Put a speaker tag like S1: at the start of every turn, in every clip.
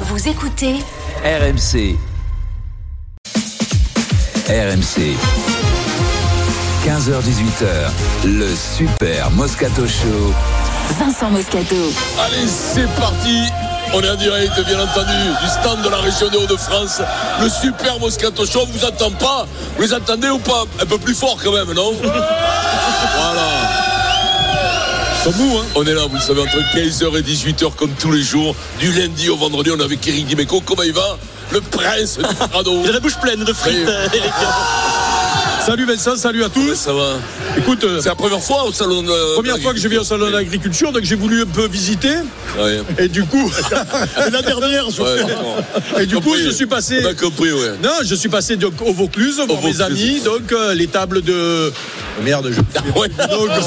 S1: Vous écoutez
S2: RMC. RMC. 15h18h, le Super Moscato Show.
S1: Vincent Moscato.
S3: Allez, c'est parti on est en direct, bien entendu, du stand de la région des Hauts-de-France. Le super Moscato Show, on vous entend pas Vous les entendez ou pas Un peu plus fort quand même, non Voilà. Comme nous, hein. On est là, vous le savez, entre 15h et 18h, comme tous les jours, du lundi au vendredi. On est avec Eric Dimeco. Comment il va Le prince du Prado.
S4: Il a la bouche pleine de frites.
S3: Oui.
S4: euh, Eric.
S5: Salut Vincent, salut à tous.
S3: Ça va
S5: Écoute, euh,
S3: C'est la première fois au salon de. la-
S5: première fois que je viens au salon de l'agriculture, donc j'ai voulu un peu visiter.
S3: Ouais.
S5: Et du coup, et la dernière, je-
S3: Ouais, d'accord.
S5: et du coup,
S3: Compris.
S5: je suis passé.
S3: On a compris, ouais.
S5: Non, je suis passé donc au Vaucluse voir
S3: Vaucluse.
S5: mes amis, donc euh, les tables de. Oh, Merde, je.
S3: Ouais.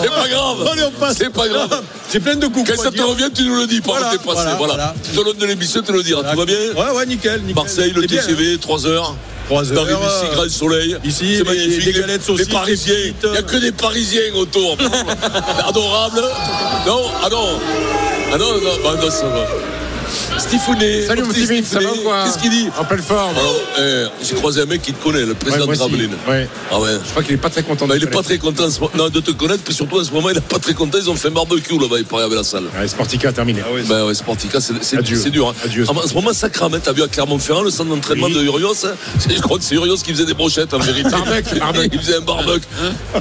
S3: C'est pas grave.
S5: Allez, on passe.
S3: C'est pas grave.
S5: J'ai plein de coups.
S3: Quand ça te revient, tu nous le dis. Par
S5: Voilà,
S3: où t'es passé. Voilà.
S5: voilà, voilà.
S3: Tu te l'homme de l'émission, tu nous le diras. Tout va bien
S5: Ouais, ouais, nickel. nickel.
S3: Marseille, le
S5: C'est bien, hein.
S3: TCV, 3h.
S5: Trois heures.
S3: T'arrives ici, grand soleil.
S5: Ici,
S3: c'est
S5: des-
S3: magnifique.
S5: des
S3: Les-
S5: galettes saucisses,
S3: Les Parisiens.
S5: des frites.
S3: Il n'y a que des Parisiens autour. Adorable. Non, ah non. Ah non, non, bah non, ça va. Stifounet.
S6: Salut mon
S3: petit
S6: Stevie, ça va
S3: Stifounet.
S6: ou quoi
S3: Qu'est-ce qu'il dit
S5: Ah.
S6: En pleine forme.
S3: Alors, euh, J'ai croisé un mec qui te connaît, le président
S6: moi
S3: de
S6: aussi.
S3: Graveline.
S6: Ouais.
S3: Ah ouais.
S6: Je crois qu'il est pas très content. de
S3: Bah, il est
S6: te
S3: pas
S6: connaître.
S3: très content en ce moment- non, de te connaître, puis surtout en ce moment, il est pas très content. Ils ont fait un barbecue là-bas, il paraît, avec la salle.
S6: Ouais, Sportica a terminé.
S3: Ben ouais, Sportica, c'est c'est-
S6: Adieu.
S3: c'est dur. hein.
S6: Adieu,
S3: Ah, en ce moment, ça crame. hein. T'as vu à Clermont-Ferrand le centre d'entraînement de Urios hein. C'est- Je crois que c'est Urios qui faisait des brochettes en vérité.
S6: Barbec, barbec.
S3: Il faisait un barbecue.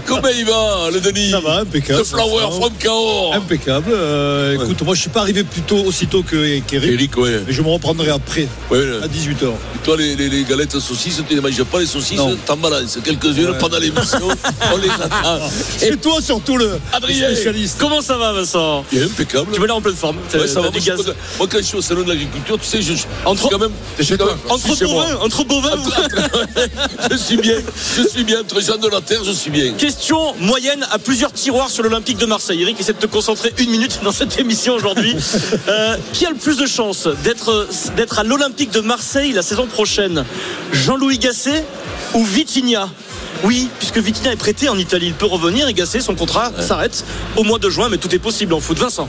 S3: Comment il va, le Denis
S5: Ça va, impeccable.
S3: The Flower from Cahors.
S7: Ah,
S5: Impeccable. Euh, écoute, moi, je suis pas arrivé plus tôt, aussitôt que qu'Eric.
S3: Eric, ouais.
S5: Mais je me reprendrai après,
S3: Ouais,
S5: à 18h.
S3: Toi, les, les, les galettes aux saucisses, tu les manges pas, les saucisses,
S5: Non.
S3: t'en balances quelques-unes pendant l'émission. on les attend.
S5: Et toi, surtout, le
S3: Adrien.
S5: spécialiste.
S4: Comment ça va, Vincent
S3: Il est impeccable.
S4: Tu me l'air en pleine forme. T'as-
S3: Ouais, ça va,
S4: t'as du
S3: moi, je suis
S4: gaz.
S3: pas- moi, quand je suis au salon de l'agriculture, tu sais, je, je-
S4: Entre-
S3: je suis quand même.
S6: T'es chez
S3: je suis quand
S6: toi,
S3: même-
S6: quoi.
S3: je suis
S4: Entre
S3: chez moi.
S4: bovins, entre bovins. vous-
S3: je suis bien, je suis bien, entre gens de la terre, je suis bien.
S4: Question moyenne à plusieurs tiroirs sur l'Olympique de Marseille. Eric, essaie de te concentrer une minute dans cette émission aujourd'hui. Euh, qui a le plus de chances d'être d'être à l'Olympique de Marseille la saison prochaine Jean-Louis Gasset ou Vitinha oui, puisque Vitinha est prêté en Italie, il peut revenir et Gasset, son contrat s'arrête au mois de juin, mais tout est possible en foot. Vincent,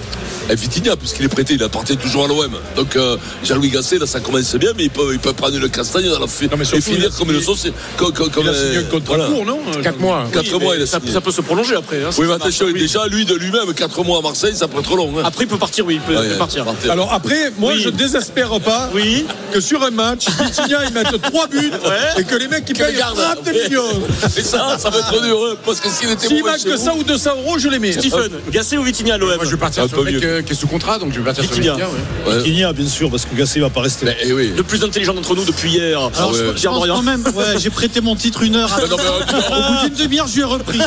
S3: Et Eh, Vitinha, puisqu'il est prêté, il appartient toujours à l'OM. Donc euh, Jean-Louis Gasset, là, ça commence bien, mais il peut, il peut prendre le castagne dans la fi-
S5: Non, mais
S3: et
S5: surtout, il
S3: finir
S5: a
S3: comme une
S5: signé-
S3: sauce. Comme, comme, comme
S5: Il a
S3: un-
S5: signé un contrat
S3: voilà.
S5: court, non
S6: 4 mois.
S3: Quatre
S4: Oui,
S3: mois,
S4: mais
S3: il a
S4: ça,
S3: signé.
S4: ça peut se prolonger après. hein, si
S3: Oui, mais
S4: ça
S3: attention,
S4: marche. Oui.
S3: déjà, lui de lui-même, 4 mois à Marseille, ça peut être long. hein.
S4: Après, il peut partir, oui, il peut,
S3: Ah,
S4: il peut
S3: ouais,
S4: partir.
S3: partir.
S5: Alors après, moi
S4: Oui.
S5: je désespère pas
S4: Oui.
S5: que sur un match, Vitinha il mette 3 buts
S4: Ouais.
S5: et que les mecs qui
S3: Que les
S5: payent
S3: gardes.
S5: 30 millions.
S3: Et ça, ça va être dur, hein, parce que s'il était
S5: S'il
S3: mauvais
S5: marque
S3: chez
S5: que
S3: vous-
S5: ça ou 200 euros, je les mets.
S4: Stephen, Gasset ou Vitinha à l'OM
S6: Moi, je vais partir
S3: Un
S6: sur
S3: peu
S6: le mec
S3: mieux.
S6: euh, qui est sous contrat, donc je vais partir sur le
S4: Vitinha.
S6: mec, ouais.
S3: Ouais.
S5: Vitinha, bien sûr, parce que Gasset va pas rester.
S3: Mais, eh oui.
S4: Le plus intelligent d'entre nous depuis hier.
S3: ouais,
S7: je
S3: ouais.
S7: pense quand même, ouais, j'ai prêté mon titre une heure. à-
S3: Non, non, mais, euh,
S7: Au bout d'une demi-heure, je lui ai repris.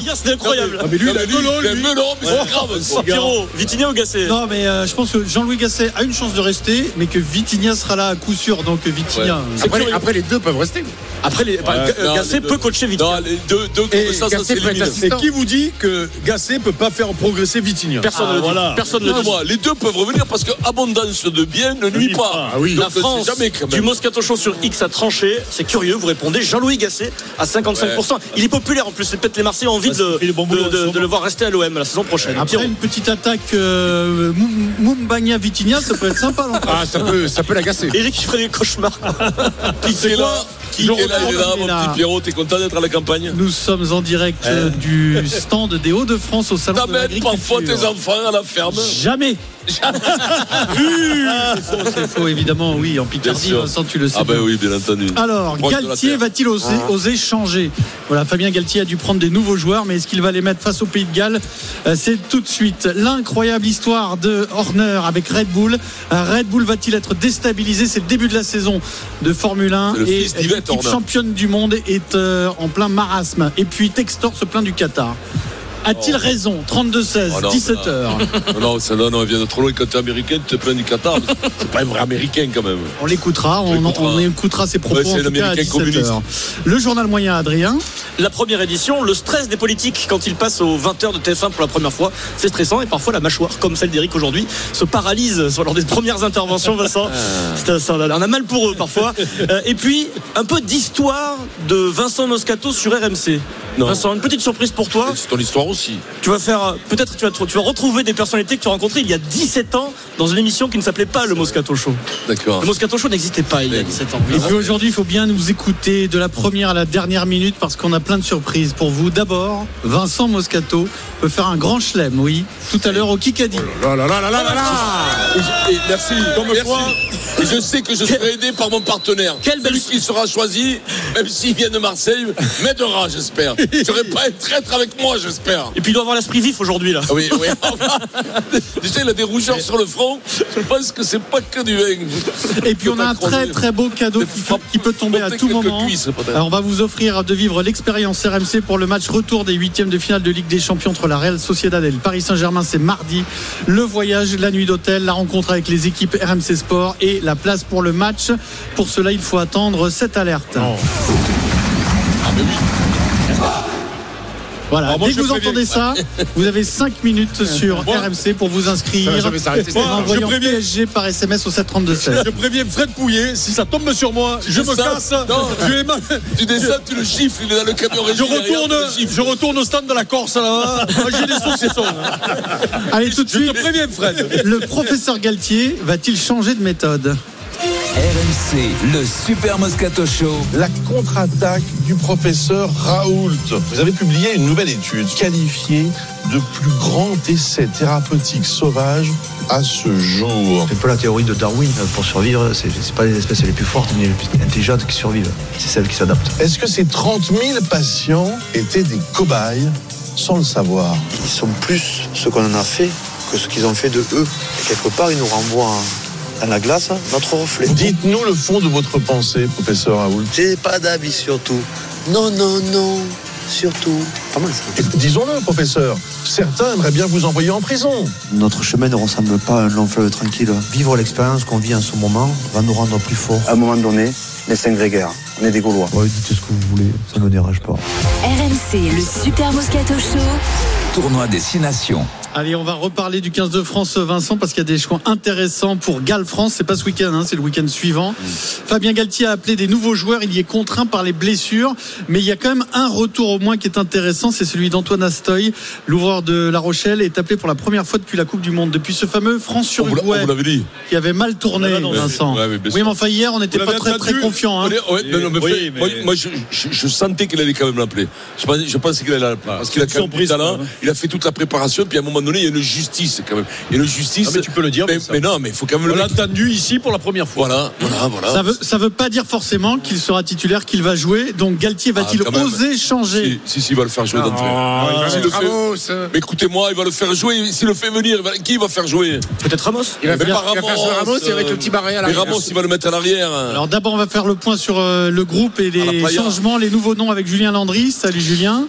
S4: Hier, c'était incroyable. Ah,
S5: Ah, mais lui,
S3: non,
S5: il a
S3: mais lui,
S5: melon,
S3: il a
S5: lui.
S3: melon, mais c'est grave. ça.
S4: Pierrot, Vitinha ou Gasset
S7: Non, mais euh, je pense que Jean-Louis Gasset a une chance de rester, mais que Vitinha sera là à coup sûr. Donc Vitinha.
S3: Ouais.
S7: euh,
S6: Après,
S4: curieux.
S6: les- après, les deux peuvent rester.
S4: Après, les, bah, Ga-
S3: Non,
S4: Gasset
S3: les deux.
S4: peut coacher Vitinha.
S3: Non, les deux, deux
S6: Et
S3: comme ça, ça
S6: Gasset peut être
S7: euh,
S3: s'élimine.
S6: assis.
S5: Et qui vous dit que Gasset peut pas faire progresser Vitinha
S4: Personne
S7: Ah,
S4: ne le dit.
S7: voilà.
S4: Personne ne le
S3: Non,
S4: dit.
S3: moi, les deux peuvent revenir parce que abondance de biens ne nuit pas.
S6: Ah oui.
S3: Donc,
S4: La France
S3: c'est jamais quand
S4: du
S3: même.
S4: Moscato Show sur X a tranché. C'est curieux, vous répondez Jean-Louis Gasset à 55%. Il est populaire en plus. C'est Peut-être les Marseillais ont envie de,
S5: il fait des bons
S4: de-
S5: boulots,
S4: de-
S5: sûrement.
S4: de le voir rester à l'OM la saison prochaine.
S7: Après
S4: Pierrot.
S7: une petite attaque euh, Mou- Mumbagna Vitinha, ça peut être sympa. l'entrée.
S6: Ah, ça peut, ça peut l'agacer.
S4: Eric, il ferait des cauchemars.
S3: Qui est là Qui est là Il est là,
S7: Laurent
S3: mon
S7: Blanc.
S3: petit Pierrot, t'es content d'être à la campagne
S7: Nous sommes en direct euh, du stand des Hauts-de-France au salon de
S3: T'amènes parfois tes
S6: hein.
S7: l'agriculture.
S3: enfants à la ferme
S7: Jamais. C'est faux, C'est faux, évidemment, oui, en Picardie,
S3: sûr.
S7: Vincent, tu le sais.
S3: Ah ben
S7: bien.
S3: oui, bien entendu.
S7: Alors,
S3: Proche de la
S7: Galtier
S3: terre.
S7: va-t-il oser, oser changer Voilà, Fabien Galtier a dû prendre des nouveaux joueurs, mais est-ce qu'il va les mettre face au Pays de Galles Euh, C'est tout de suite l'incroyable histoire de Horner avec Red Bull. Euh, Red Bull va-t-il être déstabilisé C'est le début de la saison de Formule 1
S3: C'est le
S7: et
S3: fils d'Yvette
S7: l'équipe
S3: Horner.
S7: championne du monde est euh, en plein marasme. Et puis Textor se plaint du Qatar. A-t-il raison 32-16,
S3: Oh non,
S7: 17h.
S3: Non, non, celle-là, non, elle vient de trop loin. Quand t'es américain, tu te plains du Qatar. mais C'est pas un vrai américain quand même.
S7: On l'écoutera, on,
S3: l'écoutera.
S7: on écoutera ses propos
S3: Ouais, c'est
S7: en tout cas à
S3: l'Américain communiste.
S7: 17h. Le journal moyen, Adrien.
S4: La première édition, le stress des politiques quand ils passent aux 20h de TF1 pour la première fois, c'est stressant et parfois la mâchoire, comme celle d'Eric aujourd'hui, se paralyse sur- lors des premières interventions, Vincent.
S5: Ah.
S4: C'est un- ça, on en a mal pour eux parfois. Euh, Et puis, un peu d'histoire de Vincent Moscato sur RMC. Vincent, une petite surprise pour toi.
S6: C'est ton histoire aussi.
S4: Tu vas faire, euh, peut-être, tu vas, tr- tu vas retrouver des personnalités que tu as rencontrées il y a 17 ans dans une émission qui ne s'appelait pas le Moscato Show.
S6: D'accord.
S4: Le Moscato Show n'existait pas il y a 17 ans.
S7: Et puis aujourd'hui, il faut bien nous écouter de la première à la dernière minute parce qu'on a plein de surprises pour vous. D'abord, Vincent Moscato peut faire un grand chelem, oui, tout à l'heure au Kikadi.
S6: Là, là, là, là, là, là, là.
S3: Et je- et merci. merci. Et je sais que je serai aidé par mon partenaire.
S4: Quelle belle-
S3: Celui qui sera choisi, même s'il vient de Marseille, m'aidera, j'espère. Je serai pas un traître avec moi, j'espère.
S4: Et puis il doit avoir l'esprit vif aujourd'hui là.
S3: Ah Oui, oui. Déjà, il a des rougeurs sur le front. Je pense que c'est pas que du vin.
S7: Et puis on a un
S3: Peut-être
S7: très
S3: croiser.
S7: très beau cadeau qui,
S3: frappes-
S7: qui peut tomber à
S3: Monter
S7: tout
S3: quelques
S7: moment.
S3: cuisses, peut-être.
S7: Alors, on va vous offrir de vivre l'expérience RMC pour le match retour des huitièmes de finale de Ligue des Champions entre la Real Sociedad et le Paris Saint-Germain. C'est mardi. Le voyage, la nuit d'hôtel, la rencontre avec les équipes RMC Sport et la place pour le match. Pour cela, il faut attendre cette alerte. Voilà,
S6: Ah, Alors, moi,
S7: dès que
S6: je
S7: vous
S6: préviens.
S7: entendez ça, vous avez 5 minutes sur RMC pour vous inscrire.
S6: Ça va jamais s'arrêter,
S7: en
S6: cette histoire.
S7: envoyant
S5: Je préviens.
S7: PSG par SMS au 732-16.
S5: Je préviens Fred Pouillet, si ça tombe sur moi, Oh, je me
S3: Ça,
S5: casse.
S3: non.
S5: Je, vais ma-
S3: Tu descends, tu le gifles, il est dans le camion
S5: je
S3: régie,
S5: retourne,
S3: derrière, tu le gifles.
S5: je retourne au stand de la Corse
S8: Ah,
S5: là-bas. Moi, J'ai des saucissons.
S7: Allez, tout de
S5: Je
S7: suite,
S5: te préviens Fred.
S7: le professeur Galtier va-t-il changer de méthode
S2: RMC, le Super Moscato Show.
S9: La contre-attaque du professeur Raoult. Vous avez publié une nouvelle étude qualifiée de plus grand essai thérapeutique sauvage à ce jour.
S10: C'est un peu la théorie de Darwin. euh, Pour survivre, c'est c'est pas les espèces les plus fortes ni les plus intelligentes qui survivent. C'est celles qui s'adaptent.
S9: Est-ce que ces 30 000 patients étaient des cobayes sans le savoir
S10: Ils sont plus ce qu'on en a fait que ce qu'ils ont fait de eux. Et quelque part, ils nous renvoient à la glace notre reflet.
S9: Dites-nous le fond de votre pensée, professeur Raoult.
S10: J'ai pas d'avis surtout. Non, non, non. Surtout. Pas mal ça.
S9: Et Disons-le, professeur, certains aimeraient bien vous envoyer en prison.
S10: Notre chemin ne ressemble pas à un long fleuve tranquille. Vivre l'expérience qu'on vit en ce moment va nous rendre plus forts. À un moment donné, les saint grégaires, on est des Gaulois. dites ce que vous voulez, ça ne me dérange pas.
S1: RMC, le Super Moscato Show.
S2: Tournoi Destination.
S7: Allez, on va reparler du 15 de France, Vincent, parce qu'il y a des choix intéressants pour Galles-France. C'est pas ce week-end, hein, c'est le week-end suivant.
S3: Mm.
S7: Fabien Galtier a appelé des nouveaux joueurs. Il y est contraint par les blessures, mais il y a quand même un retour au moins qui est intéressant. C'est celui d'Antoine Astoy, l'ouvreur de La Rochelle, est appelé pour la première fois depuis la Coupe du Monde, depuis ce fameux
S3: On vous l'a- on
S7: France-Uruguay
S3: vous l'avait dit.
S7: qui avait mal tourné,
S5: Ah non, non,
S7: Vincent.
S3: ouais, mais bien sûr.
S7: oui, mais enfin hier, on n'était
S5: Vous
S7: pas
S5: l'avez
S7: très très
S5: attendu
S7: confiant. hein.
S3: Ouais, non, non, mais
S5: Oui,
S3: fait,
S5: mais-
S3: Moi, moi, je, je- je sentais qu'il allait quand même l'appeler. Je pensais, je pensais qu'il allait l'appeler. Parce qu'il a quand même du
S5: surprise,
S3: talent.
S5: quoi.
S3: Il a fait toute la préparation. Puis à un moment donné, il y a une justice quand même. Il y a une justice.
S5: Ah, mais tu peux le dire,
S3: Mais,
S5: mais ça.
S3: mais non, mais il faut quand même
S5: On
S3: le
S5: l'a
S3: mettre.
S5: entendu ici pour la première fois.
S3: Voilà, voilà, voilà.
S7: Ça veut, ça veut pas dire forcément qu'il sera titulaire, qu'il va jouer. Donc Galtier va-t-il
S3: Ah, quand même.
S7: oser changer
S3: Si, si, si, il va le faire jouer d'entrée.
S6: Ah,
S3: S'il
S6: il
S3: le
S6: va
S3: fait-
S6: Ramos. euh,
S3: Mais écoutez-moi, il va le faire jouer. S'il le fait venir, il va- qui va faire jouer
S4: Peut-être Ramos
S6: Il va
S3: Mais
S6: faire
S3: pas
S6: il va faire
S3: Ramos,
S6: jouer Ramos et avec
S3: euh,
S6: le petit barré à
S3: Mais
S6: l'arrière.
S3: Ramos, il va le mettre à l'arrière.
S7: Alors d'abord, on va faire le point sur euh, le groupe et
S3: À Ah, la
S7: les
S3: playa.
S7: changements, les nouveaux noms avec Julien Landry. Salut Julien.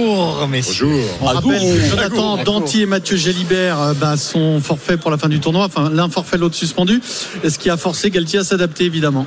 S6: Bonjour.
S7: On rappelle que Jonathan Danty et Mathieu Gélibert euh, bah, sont forfaits pour la fin du tournoi. Enfin, l'un forfait, l'autre suspendu. Ce qui a forcé Galtier à s'adapter, évidemment.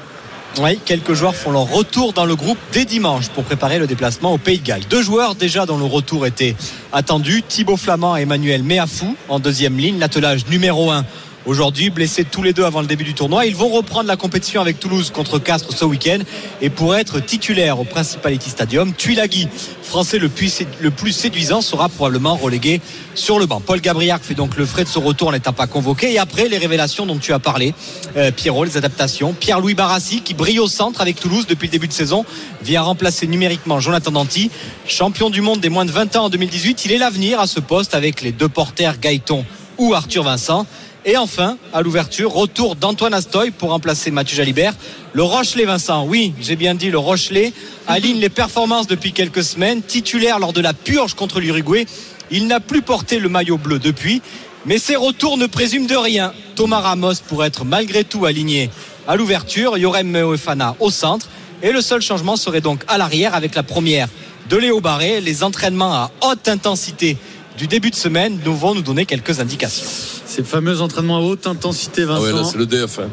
S11: Oui, quelques joueurs font leur retour dans le groupe dès dimanche pour préparer le déplacement au Pays de Galles. Deux joueurs déjà dont le retour était attendu, Thibaut Flamand et Emmanuel Meafou en deuxième ligne, l'attelage numéro 1 aujourd'hui, blessés tous les deux avant le début du tournoi. Ils vont reprendre la compétition avec Toulouse contre Castres ce week-end et pour être titulaire au Principality Stadium, Tuilagi, français le plus, le plus séduisant, sera probablement relégué sur le banc. Paul Gabriac fait donc le frais de ce retour en n'étant pas convoqué et après les révélations dont tu as parlé, euh, Pierrot, les adaptations, Pierre-Louis Barassi qui brille au centre avec Toulouse depuis le début de saison, vient remplacer numériquement Jonathan Danti, champion du monde des moins de 20 ans en 2018. Il est l'avenir à ce poste avec les deux porteurs Gaëton ou Arthur Vincent. Et enfin, à l'ouverture, retour d'Antoine Astoy pour remplacer Mathieu Jalibert. Le Rochelet, Vincent, oui, j'ai bien dit, le Rochelet aligne les performances depuis quelques semaines. Titulaire lors de la purge contre l'Uruguay, il n'a plus porté le maillot bleu depuis. Mais ses retours ne présument de rien. Thomas Ramos pourrait être malgré tout aligné à l'ouverture, Yorem Meoefana au centre. Et le seul changement serait donc à l'arrière avec la première de Léo Barré. Les entraînements à haute intensité du début de semaine nous vont nous donner quelques indications.
S7: Ces fameux entraînements à haute intensité,
S3: Ah ouais, là,
S7: Vincent.
S3: c'est le DF. hein.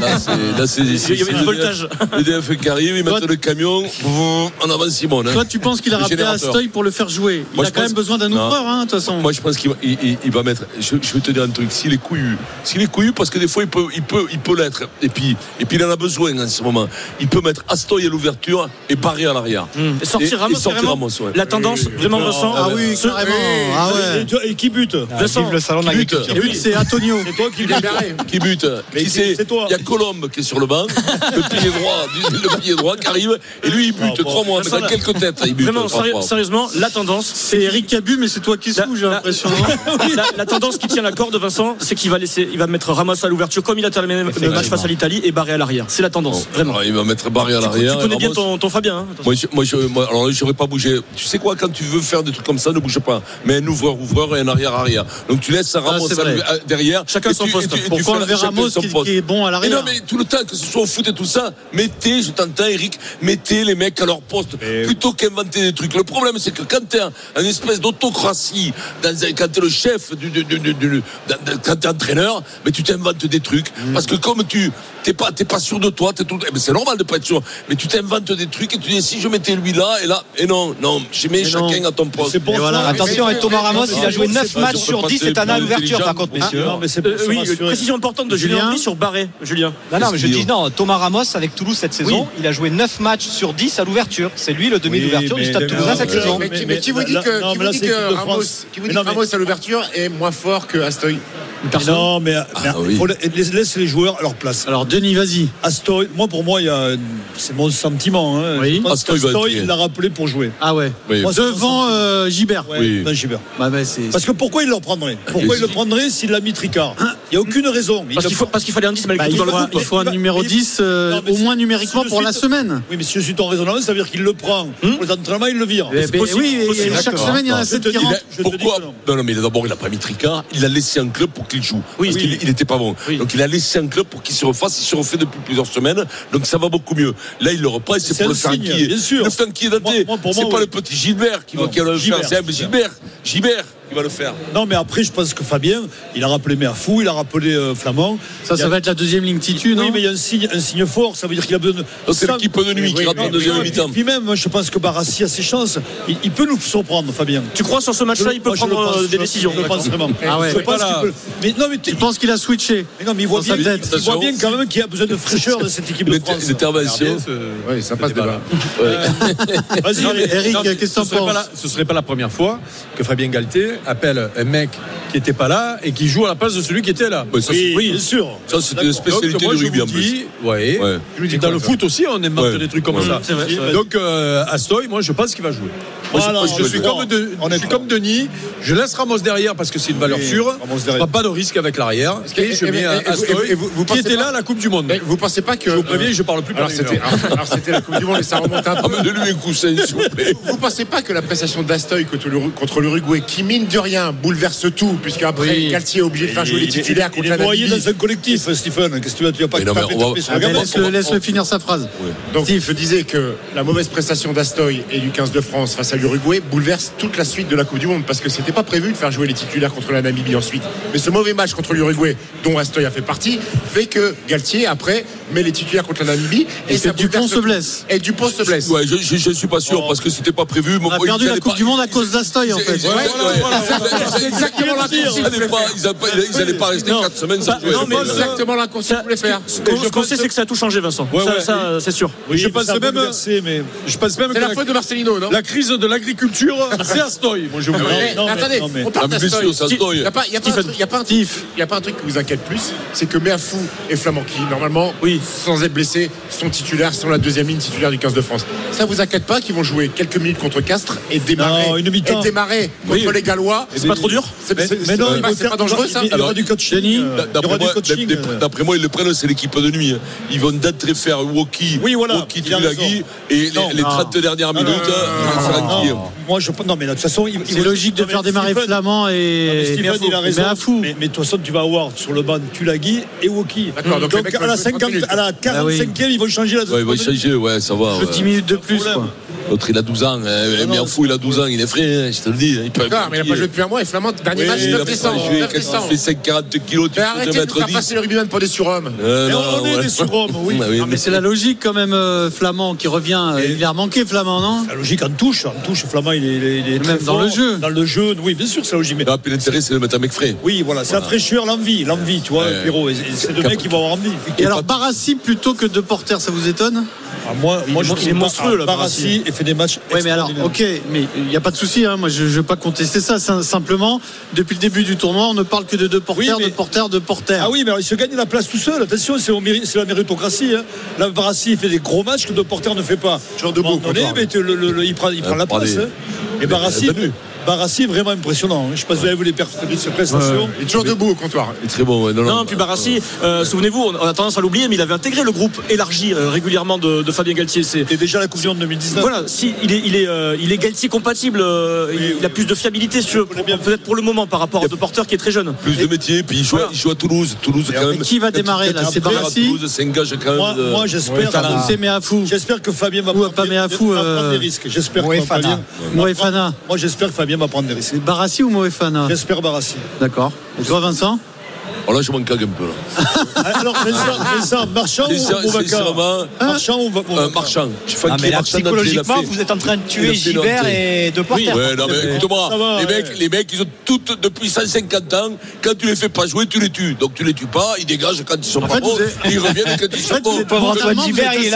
S3: Là, c'est- là, c'est-
S4: Il y
S3: c'est-
S4: avait
S3: c'est
S4: du voltage.
S3: EDF qui arrive, ils
S7: Toi,
S3: mettent le camion boum, en avant Simone. hein.
S7: Toi, tu penses qu'il a
S3: Le
S7: rappelé
S3: générateur.
S7: Astoy pour le faire jouer Il
S3: Moi,
S7: a
S3: je
S7: quand
S3: pense-
S7: même besoin d'un
S3: Non.
S7: ouvreur, hein, de toute façon.
S3: Moi, je pense qu'il va, il- il- il va mettre. Je, je vais te dire un truc. S'il est couillu, s'il est couillu, parce que des fois, il peut, il peut, il peut l'être. Et puis, et puis, il en a besoin en ce moment. Il peut mettre Astoy à l'ouverture et Barré à l'arrière.
S4: Et Hmm. sortir Ramos,
S3: et sortir
S4: carrément
S3: Ramos, ouais.
S4: La tendance, vraiment ressent.
S7: Ah oui,
S4: Ce-
S7: carrément. Ah ouais.
S8: Et qui bute
S4: Vincent,
S11: Vive le salon de
S3: Qui bute
S11: l'agriculture.
S7: Le but, c'est Antonio.
S8: C'est toi qui bute.
S3: Qui bute
S8: Mais
S3: Qui c'est
S8: c'est toi.
S3: Il y a Colombe qui est sur le banc, le pilier droit, du- le pilier droit qui arrive, et lui il
S4: Ah,
S8: Non,
S3: bute,
S8: bon.
S3: crois-moi, mais
S4: Vincent,
S3: dans quelques têtes il bute. Ah,
S4: Vraiment, sérieux-
S3: crois-moi.
S4: sérieusement, la tendance,
S7: C'est Eric Cabu, mais c'est toi qui
S4: La-
S7: sous, j'ai
S4: la-
S7: l'impression.
S4: la, la tendance qui tient la corde, Vincent, c'est qu'il va laisser, il va mettre Ramos à l'ouverture comme il a terminé le match face à l'Italie et barré à l'arrière. C'est la tendance, vraiment.
S3: Alors, Ah, il va mettre Barré à
S4: Tu
S3: l'arrière. et
S4: connais bien
S3: Ramos-
S4: ton, ton Fabien. hein.
S3: Moi, je, moi, je, moi, alors là, j'aurais pas bougé. Tu sais quoi, quand tu veux faire des trucs comme ça, ne bouge pas. Mais un ouvreur, ouvreur et un arrière, arrière. Donc tu laisses ça Ramos
S7: Ah, c'est vrai.
S3: à- à- derrière.
S4: Chacun
S3: et
S4: son
S3: tu-
S4: poste.
S3: et tu- et tu
S7: Pourquoi
S3: fais-
S7: on le verra
S3: chacun
S7: Ramos
S3: son
S7: qui,
S3: poste.
S7: qui est bon à
S3: Mais non,
S8: hein.
S7: l'arrière
S3: mais tout le temps, que ce soit au foot et tout ça, mettez, je t'entends, Eric, mettez les mecs à leur poste plutôt qu'inventer des trucs. Le problème, c'est que quand t'es un, un espèce d'autocratie, dans un- quand t'es le chef, du, du- du- du- du- d'un- d'un- quand t'es entraîneur, mais tu t'inventes des trucs.
S8: Mm.
S3: Parce que comme tu t'es pas, t'es pas sûr de toi, t'es tout, eh ben, c'est normal de pas être sûr, mais tu t'inventes des trucs et tu dis si je mettais lui là et là, et non, non, je mets chacun à ton poste.
S11: Et voilà, Attention, et Thomas Ramos, il a joué 9
S3: pas
S11: matchs
S3: sûr,
S11: sur
S3: pas
S11: 10 cette
S3: sûr,
S11: année à
S3: pas
S11: l'ouverture, par
S3: intelligent,
S11: contre,
S3: messieurs.
S11: messieurs.
S8: Non, mais c'est
S4: Euh,
S8: c'est
S4: oui,
S8: rassuré.
S4: une précision importante de Julien
S7: Julien.
S4: Henry sur Barré. Julien.
S11: Non, non, mais je
S3: Espio.
S11: dis non, Thomas Ramos avec Toulouse cette saison, il a joué 9 matchs sur 10 à l'ouverture. C'est lui le demi
S8: Oui,
S11: d'ouverture du
S8: mais-
S11: Stade
S8: mais-
S11: Toulousain cette
S8: mais-
S11: saison.
S8: mais-
S12: Mais, qui- mais qui vous dit
S8: là-
S12: que, qui
S8: non, mais
S12: vous
S8: là,
S12: dit
S8: c'est
S12: que
S8: l'équipe de
S12: Ramos,
S8: France.
S12: qui vous dit
S8: Mais non,
S12: que
S8: mais-
S12: Ramos à l'ouverture est moins fort que Astoy
S8: Non, mais, mais
S3: oui.
S8: faut la- laisse, laisse les joueurs à leur place.
S7: Alors, Denis, vas-y.
S8: Astoy, moi pour moi, il y a, c'est mon sentiment. Hein.
S7: Oui.
S8: Je pense
S3: Astoy va
S8: qu'Astoy,
S3: être-
S8: il l'a rappelé pour jouer.
S7: Ah ouais.
S3: Oui.
S8: Moi, c'est mon
S7: Devant euh, Gilbert.
S8: Ouais,
S3: Oui.
S8: ben, Gilbert.
S7: Bah, bah, c'est.
S8: Parce que pourquoi il le prendrait Pourquoi
S3: Et
S8: il le
S3: si-
S8: prendrait s'il l'a mis Tricard Il n'y a aucune raison. Il
S4: Parce
S8: le
S4: qu'il faut-
S8: prend-
S4: parce qu'il fallait un 10
S7: Bah,
S4: malgré
S7: il,
S4: tout dans le
S7: faut,
S4: groupe.
S7: il faut un
S8: Mais-
S7: numéro
S8: mais-
S7: 10, euh,
S8: Non, mais
S7: au
S8: si-
S7: moins numériquement,
S8: si je
S7: pour la
S8: suis-
S7: semaine.
S8: Oui, mais si je suis ton raisonnement, ça veut dire qu'il le prend.
S4: Hmm
S8: Pour les entraînements, il le vire.
S7: Eh ben
S4: possible,
S7: oui, et-
S4: possible,
S7: et chaque
S4: d'accord.
S7: semaine, il y en a
S8: Je
S7: 7
S8: te
S7: qui
S8: dis-
S7: rentrent.
S8: Je te
S3: Pourquoi
S8: dis que non.
S3: non. non, mais d'abord, il a pas mis Tricard, il l'a laissé en club pour qu'il joue.
S4: Oui.
S3: parce qu'il il était pas bon.
S4: Oui.
S3: Donc il a laissé en club pour qu'il se refasse, il se refait depuis plusieurs semaines, donc ça va beaucoup mieux. Là, il le reprend, et c'est
S8: C'est
S3: pour
S8: un
S3: le faire
S8: signe,
S3: inquiéter.
S8: bien sûr.
S3: Le faire inquiéter,
S8: Moi- moi, pour
S3: c'est
S8: moi,
S3: pas
S8: oui.
S3: le petit Gilbert qui va,
S8: Non,
S3: qui va le
S8: Gilbert,
S3: faire, c'est un Gilbert. Gilbert qui va le faire.
S8: Non, mais après, je pense que Fabien, il a rappelé Merfou, il a rappelé euh, Flamand.
S7: Ça,
S8: Il y a-
S7: ça va être la deuxième ligne titu, non
S8: Oui, mais il y a un signe, un signe fort, ça veut dire qu'il a besoin de.
S3: hein. Donc, C'est
S8: Ça-
S3: l'équipe de nuit qui rentre en deuxième
S8: Ouais,
S3: mi-temps.
S8: puis- Puis même, je pense que Barassi a ses chances. Il, il peut nous surprendre, Fabien.
S4: Tu crois sur ce match-là, il peut
S8: Moi, je le
S4: prendre
S8: pense,
S4: euh,
S8: je
S4: des
S8: le-
S4: décisions.
S8: Je le pense vraiment.
S7: Ah ouais.
S8: Je pense qu'il peut- Mais non, mais tu-
S7: Je pense qu'il a switché.
S8: mais non, mais il voit
S7: Dans sa
S8: bien,
S7: tête.
S8: il voit bien quand même qu'il y a besoin de fraîcheur de cette équipe de
S3: L'inter-
S8: France. hein,
S3: L'intervention.
S12: Oui, ça passe débat.
S8: Vas-y,
S6: Non, mais-
S8: Eric.
S6: non, mais
S7: qu'est-ce que t'en
S6: ce serait pas
S7: penses
S6: la- Ce serait pas la première fois que Fabien Galtier appelle un mec qui n'était pas là et qui joue à la place de celui qui était là.
S3: Ouais, ça, c'est-
S8: Oui, bien sûr.
S3: Ça, c'est une
S6: Donc,
S3: spécialité
S6: moi,
S3: du
S6: je
S3: rugby
S6: vous
S3: en plus.
S6: dis- ouais.
S3: Ouais.
S6: Je vous dis, dans le foot aussi, on aime
S3: Ouais.
S6: des trucs comme ça.
S4: c'est vrai, c'est vrai.
S6: Donc, euh, Astoy, moi, je pense qu'il va jouer.
S8: Moi,
S6: je,
S8: je pense
S6: je
S8: qu'il va
S6: suis,
S8: jouer.
S6: comme de-
S8: On est
S6: je suis
S8: d'accord.
S6: comme Denis. Je laisse Ramos derrière parce que c'est une valeur sûre.
S8: Ramos
S6: Je
S8: derrière.
S6: prends pas de risque avec l'arrière.
S12: que-
S6: Et je
S12: et-
S6: mets
S12: et- et-
S6: Astoy,
S12: et vous- vous
S6: qui
S12: pensez
S6: était
S12: pas-
S6: là à la Coupe du Monde.
S12: Mais vous pensez pas que.
S6: Je vous préviens, je parle plus
S12: alors
S6: pendant une
S12: c'était,
S6: heure.
S12: alors c'était la Coupe du Monde et ça remonte
S3: Ah,
S12: un peu.
S3: Amène-lui un coussin, s'il vous plaît.
S12: Vous pensez pas que la prestation d'Astoy contre l'Uru- contre l'Uruguay, qui mine de rien bouleverse tout, puisque après Galtier est obligé de faire jouer les titulaires
S8: Il
S12: contre la
S8: est noyé
S12: Namibie.
S8: dans un collectif, Stephen. Qu'est-ce que tu vas- tu vas pas
S3: Mais non, mais
S8: taper-
S3: on va-
S8: taper sur
S3: Ah,
S8: le
S3: mais
S8: gamin.
S3: laisse-
S7: Laisse-le laisse-le finir sa phrase.
S12: Donc je disais que la mauvaise prestation d'Astoy et du 15 de France face à l'Uruguay bouleverse toute la suite de la Coupe du Monde parce que c'était pas prévu de faire jouer les titulaires contre la Namibie ensuite. Mais ce mauvais match contre l'Uruguay dont Astoy a fait partie fait que Galtier après met les titulaires contre la Namibie et,
S7: Et
S12: ça
S7: que Dupont
S12: bouleverse
S7: se
S12: tout.
S7: blesse.
S12: Et Dupont se blesse.
S3: Ouais, je, je, je suis pas sûr parce que c'était pas prévu.
S7: On a perdu la Coupe du Monde à cause d'Astoy, en fait.
S3: C'est exactement la Ils n'allaient pas, ils allaient pas- ils allaient pas rester
S4: Non.
S3: 4 semaines sans
S4: Bah,
S3: jouer.
S4: non, mais-
S3: Ouais.
S12: Exactement là qu'on
S4: Ça-
S12: voulait faire.
S4: Ce qu'on- ce qu'on sait, c'est que ça a tout changé, Vincent.
S6: Ouais,
S4: ça,
S6: ouais.
S4: ça, euh, c'est sûr.
S6: Oui, je
S8: Il
S6: pense
S8: s'est
S6: même,
S8: bouleversé, mais-
S6: je pense même que
S12: C'est la
S6: la,
S12: faute de Marcelino, non
S6: la crise de l'agriculture, c'est Astoy. Moi, je vous
S12: Non, mais
S8: non, mais-
S12: attendez,
S8: non, mais-
S12: on
S3: Ah,
S12: parle
S3: mais bien
S12: d'Astoy.
S3: sûr, ça se doit.
S12: Il n'y a pas, y a pas un truc- y a pas un truc- y a pas un truc qui vous inquiète plus, c'est que Meafou et Flamand, qui normalement,
S4: Oui.
S12: sans être blessés, sont titulaires, sont la deuxième ligne titulaire du 15 de France. Ça vous inquiète pas qu'ils vont jouer quelques minutes contre Castres et démarrer,
S8: Non, une
S12: et
S8: mi-temps.
S12: démarrer contre les Gallois
S4: C'est pas trop dur
S12: C'est c'est-
S8: Mais
S12: c'est
S8: non, il
S12: pas,
S8: faut
S12: c'est pas
S8: faire-
S12: dangereux ça
S8: Il y aura
S3: Alors,
S8: du coaching.
S7: Denis,
S8: euh, Il y
S3: D'après
S8: aura du
S3: moi,
S8: coaching.
S3: d'après-
S8: euh.
S3: d'après moi, ils le prennent, c'est l'équipe de nuit. hein. Ils vont d'entrée faire Woki,
S8: Oui, voilà,
S3: Woki
S8: il a
S3: Tulagi,
S8: raison.
S3: et les,
S8: Non,
S3: les 30 dernières minutes,
S8: non,
S3: euh, ils vont faire
S8: Non,
S3: un tir.
S8: Moi, je pense- non, mais de toute façon, il-
S7: C'est
S8: il-
S7: logique de
S8: non, mais
S7: faire démarrer
S8: Stephen-
S7: Flamand
S8: Non, mais
S7: et.
S8: Stephen, il a raison.
S7: Mais à fou.
S8: Mais, mais de toute façon, tu vas avoir sur le banc Tulagi et Woki.
S12: D'accord, donc les mecs
S8: à,
S12: vont
S8: la
S12: jouer 30
S8: 50
S12: minutes.
S8: à la 45e, ils vont changer la
S3: Oh, Ouais, ils vont changer, ouais, ça va. ouais.
S7: 10 minutes de plus, quoi.
S3: L'autre, il a 12 ans. hein. Mais en fou, il a 12 ans. Il est frais, hein, je te le dis. Il peut-
S12: D'accord, mais il n'a pas joué depuis un mois et Flamand, dernier
S3: Oui,
S12: match,
S3: il
S12: 9
S3: a pas
S12: décembre.
S3: joué,
S12: 9
S3: qu'est-ce qu'il
S12: décembre.
S3: fait 7 40 kilos, tu
S12: Mais
S3: fais 2
S12: arrêtez de
S3: mètres
S12: faire
S3: 10.
S12: passer les rugbymen pour des surhommes.
S3: Euh,
S12: Mais
S3: non,
S12: on est
S3: ouais.
S12: des surhommes, oui.
S3: Ah oui,
S7: Non, mais c'est la logique quand même, euh, Flamand qui revient. euh, il a manqué Flamand, non
S8: La logique en touche, en touche, Flamand, il est, il est- il est très
S7: Même dans
S8: fort.
S7: le jeu.
S8: Dans le jeu, oui, bien sûr, c'est la logique. Mais...
S3: Ah, puis l'intérêt, c'est de mettre un mec frais.
S8: Oui, voilà, c'est la fraîcheur, l'envie, l'envie, tu vois,
S3: Ouais.
S8: Pierrot. et- et C'est deux
S3: Cap-
S8: mecs qui vont avoir envie.
S7: Et alors Barassi plutôt que deux porteurs, ça vous étonne
S8: Ah, moi, moi, je trouve pas- ah, Barassi et fait des matchs.
S7: Oui, mais alors, ok, mais il n'y a pas de souci. hein, moi, je ne vais pas contester ça. Sim- Simplement, depuis le début du tournoi, on ne parle que de deux porteurs, de porteurs, de porteurs.
S8: Ah oui, mais alors, il se gagne la place tout seul. Attention, c'est, au méri- c'est la méritocratie. Hein. Là, Barassi il fait des gros matchs que De Porter ne fait pas. Genre de
S12: bout, quoi,
S8: mais tu- le- le- le- il prend, il
S12: Euh,
S8: prend la
S12: prend
S8: place.
S12: des-
S8: hein. Et Barassi, Barassi est vraiment impressionnant. hein. Je ne sais pas si vous avez vu les per- ses prestations.
S12: Il est toujours debout au comptoir.
S3: Il est très bon, ouais. Non,
S4: Non, puis Barassi, euh, souvenez-vous, on on a tendance à l'oublier, mais il avait intégré le groupe élargi euh, régulièrement de, de Fabien Galtier. C'était
S8: déjà la Coupe du Monde 2019.
S4: Voilà, si, il est, il est, euh, il est Galtier compatible, euh, il, il a plus de fiabilité, si tu veux, pour- peut-être pour le moment, par rapport à De Porter qui est très jeune.
S3: Plus de métier, puis il joue, il joue à Toulouse. Toulouse, quand même.
S7: qui va
S3: Quand il-
S7: démarrer,
S3: quand
S7: là,
S3: il
S7: c'est
S3: perd à
S7: Barassi
S3: Toulouse, s'engage quand même.
S8: Moi,
S3: de-
S8: Ah, moi, j'espère.
S3: Ouais,
S8: que-
S7: C'est Méafou.
S8: J'espère que Fabien va prendre, des- va
S7: euh,
S8: prendre des risques. J'espère que
S7: Moefana.
S8: Fabien.
S7: Moefana.
S8: va prendre- Moi, j'espère que Fabien va prendre des risques.
S7: Barassi ou Moefana
S8: J'espère Barassi.
S7: D'accord. Et toi, Vincent
S3: Oh là, je m'en cague un peu. Là.
S8: Alors, Vincent, Vincent, Marchand
S3: C'est ça,
S8: ou Boubacar
S3: sincèrement.
S8: Marchand ou
S3: Euh,
S8: Boubacar
S3: marchand. Je suis
S8: Ah,
S3: fan
S8: mais là,
S3: Marchand d'Atelier, il a
S11: psychologiquement,
S3: fait.
S11: vous êtes en train de tuer
S3: Il a fait
S11: Gilbert
S3: Nantes.
S11: et De Porter.
S3: Ouais, non, mais
S11: Ça
S3: écoute-moi,
S11: va, ouais.
S3: les, mecs, les mecs, ils ont toutes, depuis 150 ans, quand tu les fais pas jouer, tu les tues. Donc tu les tues pas, ils dégagent quand ils sont
S7: En
S3: pas
S7: fait,
S3: bons,
S7: vous êtes-
S3: et ils reviennent quand ils
S7: En
S3: sont
S7: fait, vous
S3: bons.
S7: êtes mentalement, vous êtes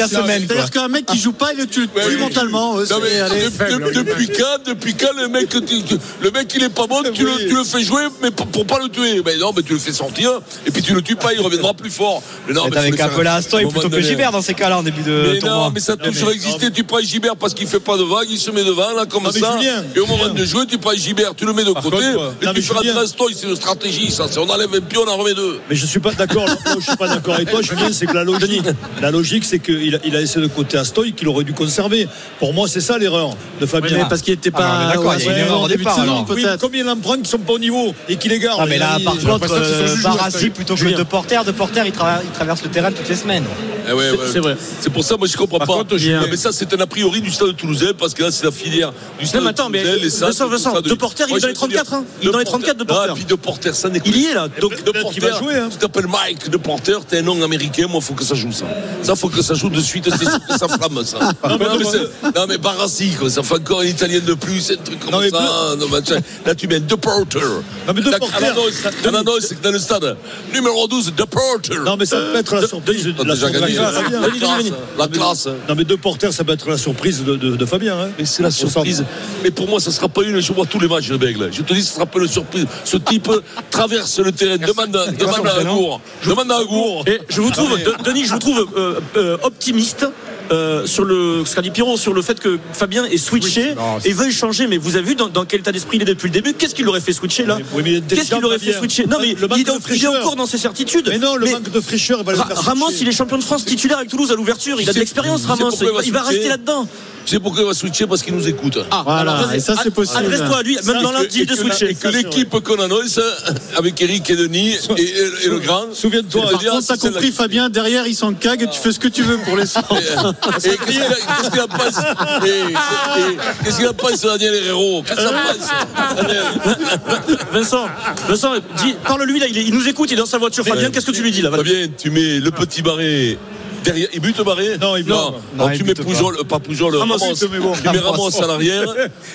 S7: assez faible. C'est-à-dire qu'un mec qui joue pas, il le tue
S3: Ouais,
S7: tue
S3: oui.
S7: mentalement. euh,
S3: Non, mais
S7: c'est- allez.
S3: de- de- depuis quand, depuis quand le mec, tu- tu- le mec il est pas bon, tu le, tu le fais jouer, mais pour, pour pas le tuer. Mais non, mais tu le fais sortir, et puis tu le tues pas, il reviendra plus fort. Mais non,
S11: Vous
S3: mais
S11: êtes
S3: faut
S11: avec
S3: le faire
S11: un peu
S3: à
S11: la Astoy
S3: un moment
S11: plutôt que
S3: donné.
S11: Gilbert dans ces cas-là en début de
S3: Mais
S11: tournoi.
S3: non, mais ça a toujours existé. Tu prends Gibert parce qu'il fait pas de vague, il se met devant, là, comme
S11: Non, mais
S3: ça.
S11: Julien,
S3: et au moment de jouer, tu prends Gibert, tu le mets de
S8: Par
S3: côté,
S8: contre, euh,
S3: et
S8: non, mais
S3: tu feras
S8: Julien-
S3: Trastoy, c'est une stratégie, ça. C'est on enlève un pion, on en remet deux.
S8: Mais je suis pas d'accord. là où je suis pas d'accord avec toi. Je dis c'est que la logique, la logique, c'est qu'il a, il a laissé de côté Astoy qu'il aurait dû conserver. Pour moi, c'est ça l'erreur de Fabien.
S7: Oui, mais parce qu'il était pas- Ah, mais d'accord, il y a une erreur au
S8: en début
S7: départ,
S8: de saison,
S7: alors.
S8: Oui, mais combien d'empreintes qui sont pas au niveau et qui les gardent
S11: Ah mais là
S8: Il-
S11: par
S8: j'ai l'impression
S11: contre
S8: qu'ils sont
S11: euh,
S8: juges,
S11: Barassi
S8: Astoy.
S11: plutôt que
S8: Julien.
S11: De Porter, De Porter il, trava- il traverse le terrain toutes les semaines.
S3: Eh ouais,
S11: C'est-
S3: ouais.
S11: c'est vrai.
S3: C'est pour ça, moi, je comprends
S11: Par
S3: pas.
S11: contre, je-
S3: Non, mais ça, c'est un a priori du stade de Toulousain, parce que là, c'est la filière du stade
S4: Non, mais attends,
S3: de
S4: mais
S3: Toulousain. les Saintes,
S4: Vincent,
S3: tout
S4: Vincent,
S3: ça
S4: De Porter, il est
S3: Moi,
S4: dans
S3: je
S4: les
S3: vais te dire,
S4: 34, hein. Il est dans les 34 de Porter.
S3: Ah, puis De Porter, ça n'est
S4: Il y est, là. Donc,
S3: De Porter,
S4: qu'il va jouer, hein.
S3: tu t'appelles Mike, De Porter, t'es un nom américain, moi, faut que ça joue, ça. Ça, faut que ça joue de suite, c'est sûr que ça flamme, ça. Non, mais, c'est- non, mais Barassi, quoi, ça fait encore un italien de plus, un truc comme
S8: Non, mais
S3: ça. Non, mais tiens, là, tu mets De Porter.
S8: Non, mais De
S3: Là,
S8: Porter,
S3: à l'annonce,
S8: ça-
S3: à l'annonce, c'est que dans le stade. Numéro 12, De Porter.
S8: Non mais ça peut être la surprise de
S3: t'as
S8: la
S3: déjà gagné.
S8: surprise de Fabien.
S3: La classe, la classe.
S8: Non mais deux porteurs ça peut être la surprise de, de- de Fabien. hein.
S3: Mais c'est la surprise. Mais pour moi, ça ne sera pas une. Je vois tous les matchs de Bègle. Je te dis, ce ne sera pas une surprise. Ce type traverse le terrain, demande, à- demande à Agour. Demande à
S8: Oh.
S3: Agour.
S4: Et je vous trouve,
S8: Ah,
S4: De- Denis, je vous trouve euh, euh, optimiste. euh, sur le ce qu'a dit Piron sur le fait que Fabien est switché et veuille changer mais vous avez vu dans, dans quel état d'esprit il est depuis le début qu'est-ce qu'il aurait fait switcher là
S8: Oui, mais il est
S4: qu'est-ce qu'il aurait fait
S8: intelligent,
S4: switcher non mais
S8: Fabien. Le manque
S4: il est,
S8: de
S4: en- il est
S8: fraîcheur.
S4: encore dans ses certitudes
S8: Mais non, le manque de fraîcheur il va le
S4: Ra-
S8: faire.
S4: Ramos
S8: switcher.
S4: il est champion de France titulaire avec Toulouse à l'ouverture il a de l'expérience Ramos il, va- il va rester là-dedans
S3: C'est pourquoi il va switcher parce qu'il nous écoute.
S4: Ah, Voilà, alors, vas-y. et ça, c'est possible. Adresse-toi à lui, même dans
S3: l'art
S4: lundi, de switcher.
S3: Et que l'équipe qu'on annonce avec Eric et Denis et, et- et le grand.
S7: Par
S3: c'est-à-dire,
S7: contre, t'as
S3: c'est celle-là
S7: compris, Fabien, derrière, il s'en cague, tu fais ce que tu veux pour les centres.
S3: Et qu'est-ce qu'il a- qu'est-ce qu'il a pensé Et- et- Qu'est-ce qu'il a pensé Daniel Herrero Qu'est-ce qu'il a pensé Daniel
S4: Vincent Vincent dis- parle-lui là il, est- il nous écoute il est dans sa voiture Fabien qu'est-ce que tu lui dis là voilà.
S3: Fabien, tu mets le petit barré. Derrière, il bute barré Non, il
S4: bute.
S3: Alors
S4: Non, il
S3: tu mets
S4: bute
S3: Poujol,
S4: pas.
S3: euh, pas Poujol,
S4: Ramos,
S3: Ramos.
S4: il te met bon.
S3: Tu mets Ramos à l'arrière.